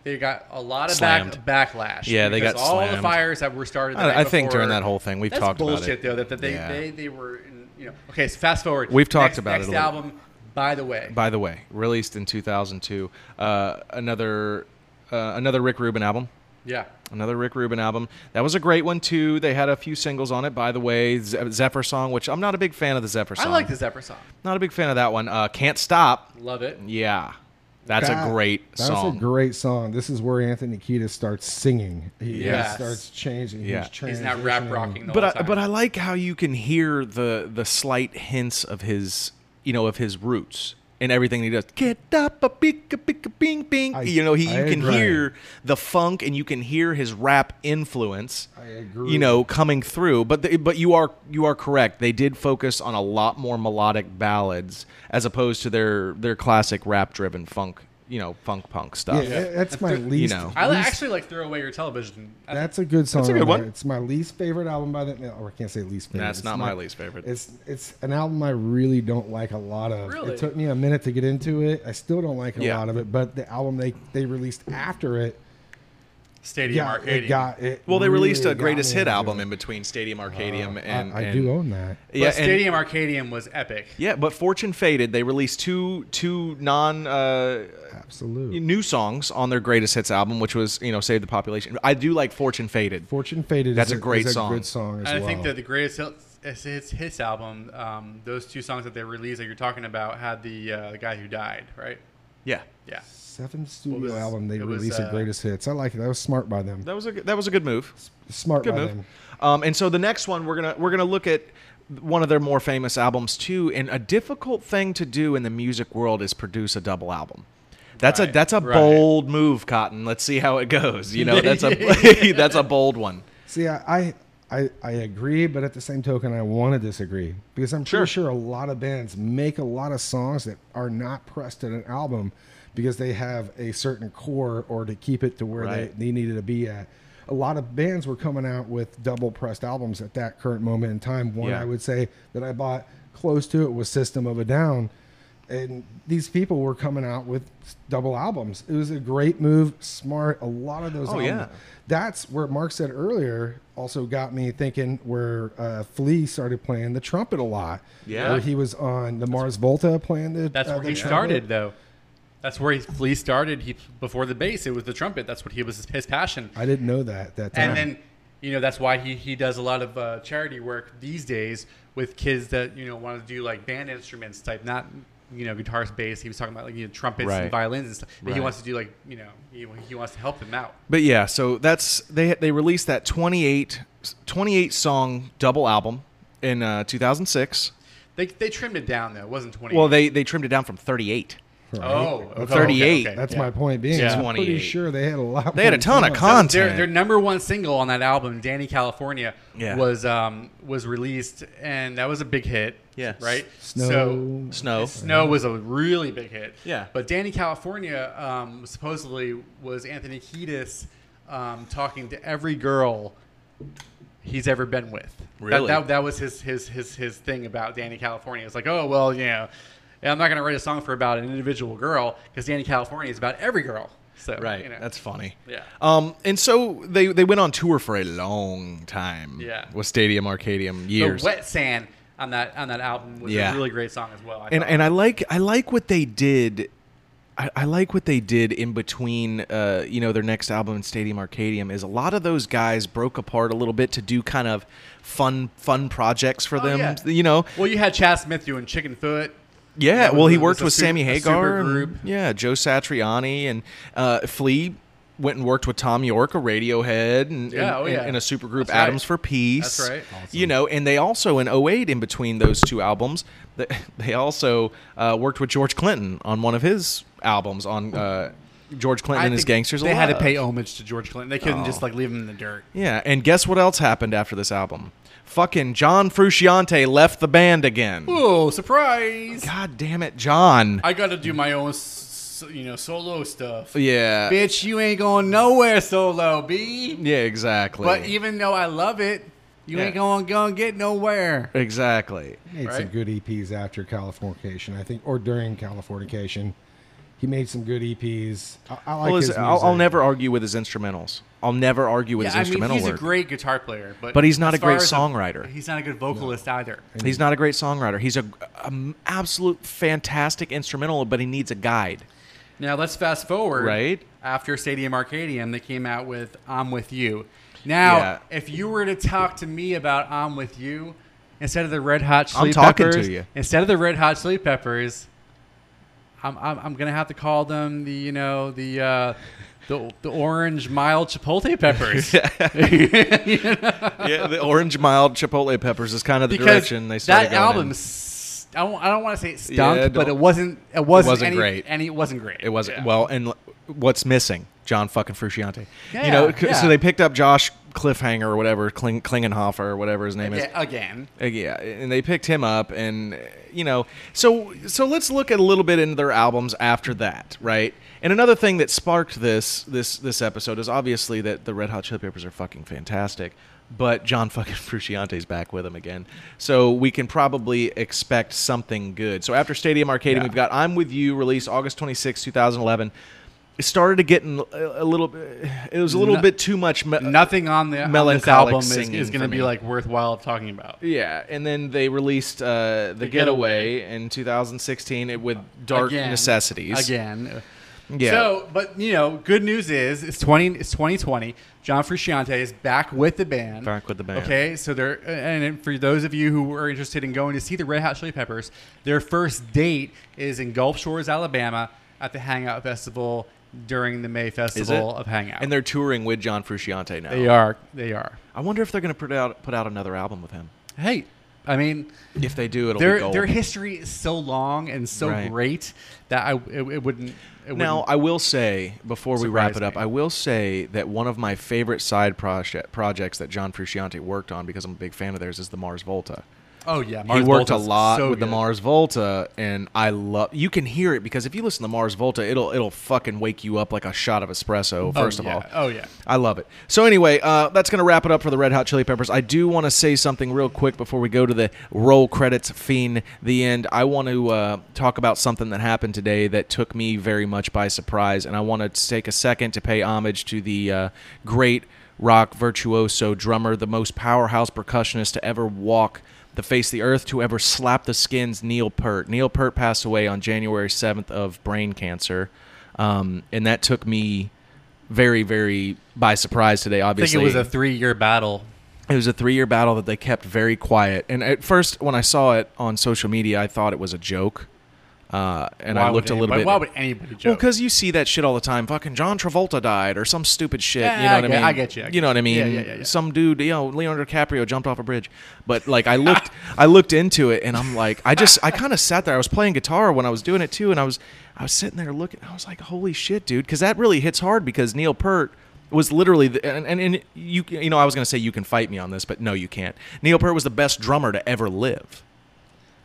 D: They got a lot of
B: Slammed.
D: back, backlash.
B: Yeah, they
D: because
B: got
D: all the
B: slammed.
D: fires that were started. the
B: I-
D: night
B: I think
D: before-
B: during that whole thing, we've
D: That's
B: talked about it.
D: bullshit, though. That, that they,
B: Yeah.
D: they they were in, you know okay so fast forward
B: We've talked
D: Next-
B: about it a
D: next
B: little.
D: album by the way
B: By the way, released in 2002, uh, another uh, another Rick Rubin album.
D: yeah
B: Another Rick Rubin album. That was a great one too. They had a few singles on it. By the way, Ze- Zephyr song, which I'm not a big fan of the Zephyr song.
D: I like the Zephyr song
B: Not a big fan of that one. Uh, Can't stop.
D: love it
B: Yeah, that's
C: That-
B: a great
C: That's
B: song.
C: a great song. This is where Anthony Kiedis starts singing. He
D: Yes.
C: starts changing.
B: Yeah.
D: he's not rap
C: transitioning.
D: rocking the
B: but
D: whole
B: I,
D: time.
B: but I like how you can hear the the slight hints of his you know of his roots and everything he does. Get up, a big, a big, a bing, bing.
C: I-
B: you know, he,
C: I
B: you can
C: agree.
B: hear the funk and you can hear his rap influence.
C: I agree.
B: You know, coming through. But the, but you are you are correct. They did focus on a lot more melodic ballads as opposed to their their classic rap driven funk. You know, funk punk
C: Yeah,
B: stuff.
C: that's my least.
B: know.
D: I li-
C: least-
D: actually like throw away your television I think
C: That's a good song.
B: a good
C: on there.
B: one.
C: It's my least favorite album by that. Or I can't say least favorite.
B: That's
C: It's
B: not my least favorite.
C: It's it's an album I really don't like a lot of.
D: Really?
C: It took me a minute to get into it. I still don't like a
B: Yeah.
C: lot of it. But the album they they released after it,
D: Stadium
C: yeah,
D: Arcadium
C: it got it.
B: Well, they released
C: really
B: a
C: got
B: greatest
C: me
B: hit
C: into
B: album
C: it. Uh,
B: in between Stadium Arcadium and
C: I, I
B: and-
C: do own that.
D: But
B: Yeah, and-
D: Stadium Arcadium was epic
B: Yeah, but Fortune Faded, they released two two non uh,
C: Absolutely.
B: new songs on their greatest hits album, which was you know Save the Population. I do like Fortune Faded.
C: Fortune faded.
B: That's
C: is
B: a great
C: is
B: song.
C: Good song as
D: And I
C: well.
D: think that the greatest hits, hits- hits, hits album um, those two songs that they released that you're talking about had the uh, the guy who died right
B: Yeah,
D: yeah
C: seventh studio
D: was-
C: album they
D: it was,
C: released
D: uh,
C: at greatest hits. I like it. That was smart by them.
B: that was a good- that was a good move.
C: Smart
B: Good
C: by
B: move.
C: them.
B: Um, and so the next one we're gonna we're gonna look at one of their more famous albums too. And a difficult thing to do in the music world is produce a double album. That's a
D: Right,
B: that's a
D: right.
B: bold move, Cotton. Let's see how it goes. You know, that's a that's a bold one.
C: See, I, I- I, I agree, but at the same token, I want to disagree because I'm
B: Sure.
C: pretty sure a lot of bands make a lot of songs that are not pressed in an album because they have a certain core or to keep it to where
B: Right.
C: they, they needed to be at. A lot of bands were coming out with double pressed albums at that current moment in time. One
B: Yeah.
C: I would say that I bought close to it was System of a Down. And these people were coming out with s- double albums. It was a great move, smart. A lot of those
B: Oh,
C: albums-
B: yeah.
C: that's where Mark said earlier also got me thinking where uh, Flea started playing the trumpet a lot.
B: Yeah.
C: Where he was on the Mars Volta playing the
D: that's
C: uh,
D: where
C: the
D: he
C: trumpet.
D: started though that's where he Flea started he before the bass it was the trumpet that's what he was his passion
C: I didn't know that at that time.
D: and then you know that's why he, he does a lot of uh, charity work these days with kids that you know want to do like band instruments type not you know guitars bass he was talking about like you know trumpets
B: Right.
D: and violins and stuff but he
B: Right.
D: wants to do like you know he, he wants to help them out
B: But yeah, so that's they they released that 28, 28 song double album in uh, 2006.
D: they, they trimmed it down though it wasn't 20
B: Well, they they trimmed it down from 38.
C: Right?
D: oh
B: 38.
D: okay, okay, okay.
C: that's my point being.
B: Yeah.
C: I'm
B: 28.
C: pretty sure they had a lot.
B: They had a
C: more
B: ton of
C: songs.
B: content.
D: Their, their number one single on that album, "Danny California,"
B: Yeah.
D: was um, was released, and that was a big hit.
B: Yeah.
D: right.
C: Snow.
D: So
B: Snow.
D: Snow was a really big hit.
B: Yeah.
D: But Danny California um, supposedly was Anthony Kiedis um, talking to every girl he's ever been with. That-
B: Really?
D: That, that, was his, his, his, his thing about Danny California. It's like, oh, well, you know, I'm not going to write a song for about an individual girl because Danny California is about every girl. So,
B: Right.
D: you know.
B: That's funny.
D: Yeah.
B: Um, and so they they went on tour for a long time.
D: Yeah.
B: With Stadium Arcadium
D: the
B: years.
D: Wet Sand on that, on that album was
B: Yeah.
D: a really great song as well. I
B: and
D: thought.
B: and I like I like what they did. I, I like what they did in between. Uh, you know, their next album in Stadium Arcadium is a lot of those guys broke apart a little bit to do kind of fun fun projects for
D: Oh,
B: them.
D: yeah.
B: You know,
D: well, you had Chad Smith doing Chicken Foot.
B: Yeah,
D: That
B: well,
D: was
B: he
D: a-
B: worked
D: was a
B: with
D: su-
B: Sammy
D: a
B: Hagar, and-
D: supergroup.
B: yeah, Joe Satriani, and uh, Flea went and worked with Tom York, a Radiohead, and
D: Yeah, oh
B: and-
D: yeah.
B: and a supergroup,
D: That's right.
B: Adams for Peace.
D: That's right.
B: You know, and they also in 08, in between those two albums, th- they also uh, worked with George Clinton on one of his albums on uh, George Clinton
D: I
B: and his
D: think
B: Gangsters. Oh.
D: They had to
B: Alive.
D: pay homage to George Clinton. They couldn't just like leave him in the dirt.
B: Yeah, and guess what else happened after this album? Fucking John Frusciante left the band again.
D: Oh, surprise!
B: God damn it, John.
D: I got to do my own, s- you know, solo stuff.
B: Oh, yeah.
D: Bitch, you ain't going nowhere solo, b.
B: Yeah, exactly.
D: But even though I love it, you
B: Yeah.
D: ain't going gonna get nowhere.
B: exactly.
C: made some
D: Right.
C: good EPs after Californication, I think, or during Californication. He made some good EPs. I, I like
B: Well,
C: his
B: his- I'll, I'll
C: music.
B: never argue with his instrumentals. I'll never argue with
D: Yeah,
B: his
D: I mean,
B: instrumental
D: he's
B: work.
D: a great guitar player, but
B: But he's not
D: as
B: a great
D: far as
B: songwriter.
D: he's not a good vocalist either.
B: he's not a great songwriter. He's a, a m- absolute fantastic instrumental, but he needs a guide.
D: Now let's fast forward.
B: Right.
D: after Stadium Arcadium, they came out with "I'm with You." Now,
B: Yeah.
D: if you were to talk to me about "I'm with You," instead of the Red Hot
B: I'm
D: Chili
B: talking to
D: Peppers,
B: you.
D: instead of the Red Hot Chili Peppers, I'm, I'm, I'm gonna have to call them the you know the uh, the, the orange mild chipotle peppers.
B: yeah, the orange mild chipotle peppers is kind of the
D: because
B: direction they started
D: that
B: going
D: album.
B: in.
D: s- I don't, I don't want to say it stunk,
B: Yeah,
D: but
B: don't-
D: it wasn't. It wasn't,
B: wasn't
D: any,
B: great.
D: and it wasn't great.
B: It wasn't
D: Yeah.
B: well, and l- what's missing? John fucking Frusciante.
D: Yeah,
B: you know, c-
D: yeah.
B: so they picked up Josh Cliffhanger or whatever, Kling, Klingenhofer or whatever his name is.
D: Yeah, again.
B: Uh, Yeah, and they picked him up, and uh, you know, so so let's look at a little bit into their albums after that, right? And another thing that sparked this this this episode is obviously that the Red Hot Chili Peppers are fucking fantastic, but John fucking Frusciante's back with them again, so we can probably expect something good. So after Stadium Arcadium, we've got "I'm With You" released August twenty sixth, two thousand eleven. It started to getting a a little, it was a little
D: No-
B: bit too much. Me-
D: nothing on the on this
B: melancholic
D: album is,
B: singing
D: is going to
B: for
D: be
B: me.
D: like worthwhile talking about.
B: Yeah, and then they released uh, the, Getaway,
D: Getaway.
B: in 2016 it- with Dark
D: Again.
B: Necessities.
D: again.
B: Yeah.
D: So, but you know, good news is it's twenty. It's twenty twenty. John Frusciante is back with the band.
B: Back with the band.
D: Okay, so they're and for those of you who are interested in going to see the Red Hot Chili Peppers, their first date is in Gulf Shores, Alabama, at the Hangout Festival during the May Festival of Hangout.
B: and they're touring with John Frusciante now.
D: they are. They are.
B: I wonder if they're going to put out put out another album with him.
D: Hey, I mean,
B: If they do, it'll be
D: their
B: gold.
D: their history is so long and so
B: Right.
D: great that I it, it wouldn't. It
B: now,
D: wouldn't
B: I will say before we wrap
D: surprise
B: it up,
D: me.
B: I will say that one of my favorite side project, projects that John Frusciante worked on because I'm a big fan of theirs is the Mars Volta.
D: oh yeah,
B: he worked a
D: Volta's
B: lot
D: so
B: with the
D: good.
B: Mars Volta, and I love. You can hear it because if you listen to Mars Volta, it'll it'll fucking wake you up like a shot of espresso. First of
D: yeah.
B: all,
D: Oh, yeah.
B: I love it. So anyway, uh, that's gonna wrap it up for the Red Hot Chili Peppers. I do want to say something real quick before we go to the roll credits fiend. The end. I want to uh, talk about something that happened today that took me very much by surprise, and I want to take a second to pay homage to the uh, great rock virtuoso drummer, the most powerhouse percussionist to ever walk the face of the earth, to ever slap the skins, Neil Peart. Neil Peart passed away on January 7th of brain cancer, um, and that took me very, very by surprise today.
D: I think
B: Obviously,
D: it was a three-year battle.
B: it was a three year battle that they kept very quiet. And at first, when I saw it on social media, I thought it was a joke. Uh, and
D: Why
B: I
D: would
B: looked a little
D: anybody-
B: bit.
D: Why would anybody
B: Well,
D: joke?
B: because you see that shit all the time. Fucking John Travolta died or some stupid shit.
D: Yeah,
B: you know
D: I
B: what
D: get-
B: I mean?
D: I get you, I get
B: you know what I
D: you.
B: mean?
D: Yeah, yeah, yeah, yeah.
B: Some dude, you know, Leonardo DiCaprio jumped off a bridge. But like, I looked, I looked into it, and I'm like, I just, I kind of sat there. I was playing guitar when I was doing it too, and I was, I was sitting there looking. I was like, holy shit, dude, because that really hits hard. Because Neil Peart was literally, the, and, and and you, you know, I was gonna say you can fight me on this, but no, you can't. Neil Peart was the best drummer to ever live.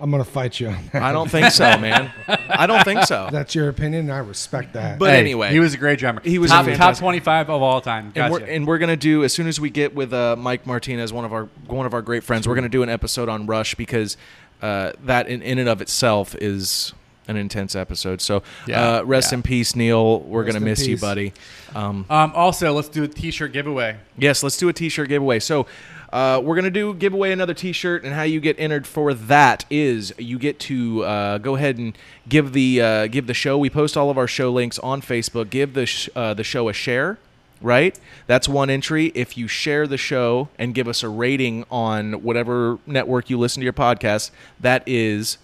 C: I'm gonna fight you. On that.
B: I don't think so, man. I don't think so.
C: That's your opinion. and I respect that.
B: But
D: Hey,
B: anyway,
D: he was a great drummer.
B: He was
D: top,
B: a
D: top
B: fantastic-
D: twenty-five of all time.
B: and
D: Gotcha.
B: we're, and we're gonna do as soon as we get with uh, Mike Martinez, one of our one of our great friends. We're gonna do an episode on Rush because uh, that in, in and of itself is an intense episode. So
D: Yeah,
B: uh, rest
D: yeah.
B: in peace, Neil. We're
C: Rest
B: gonna
C: in
B: miss you,
C: peace.
B: buddy. Um,
D: um, also, let's do a T-shirt giveaway.
B: Yes, let's do a t-shirt giveaway. So uh, we're gonna do give away another t-shirt, and how you get entered for that is you get to uh, go ahead and give the uh, give the show. We post all of our show links on Facebook. Give the sh- uh, the show a share. Right, that's one entry. If you share the show and give us a rating on whatever network you listen to your podcast, that is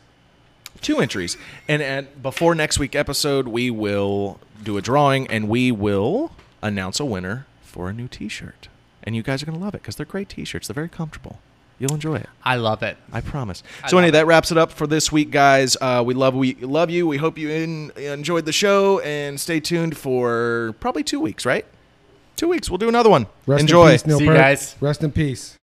B: two entries. And, and before next week episode, we will do a drawing, and we will announce a winner for a new T-shirt, and you guys are gonna love it because they're great T-shirts. They're very comfortable. You'll enjoy it.
D: I love it.
B: I promise.
D: I
B: so
D: love
B: anyway,
D: it.
B: that wraps it up for this week, guys. Uh, we love we love you. We hope you in, enjoyed the show and stay tuned for probably two weeks. Right, two weeks. We'll do another one.
C: Rest in
B: enjoy.
C: peace, Neil
D: See you
C: Peart.
D: guys.
C: Rest in peace.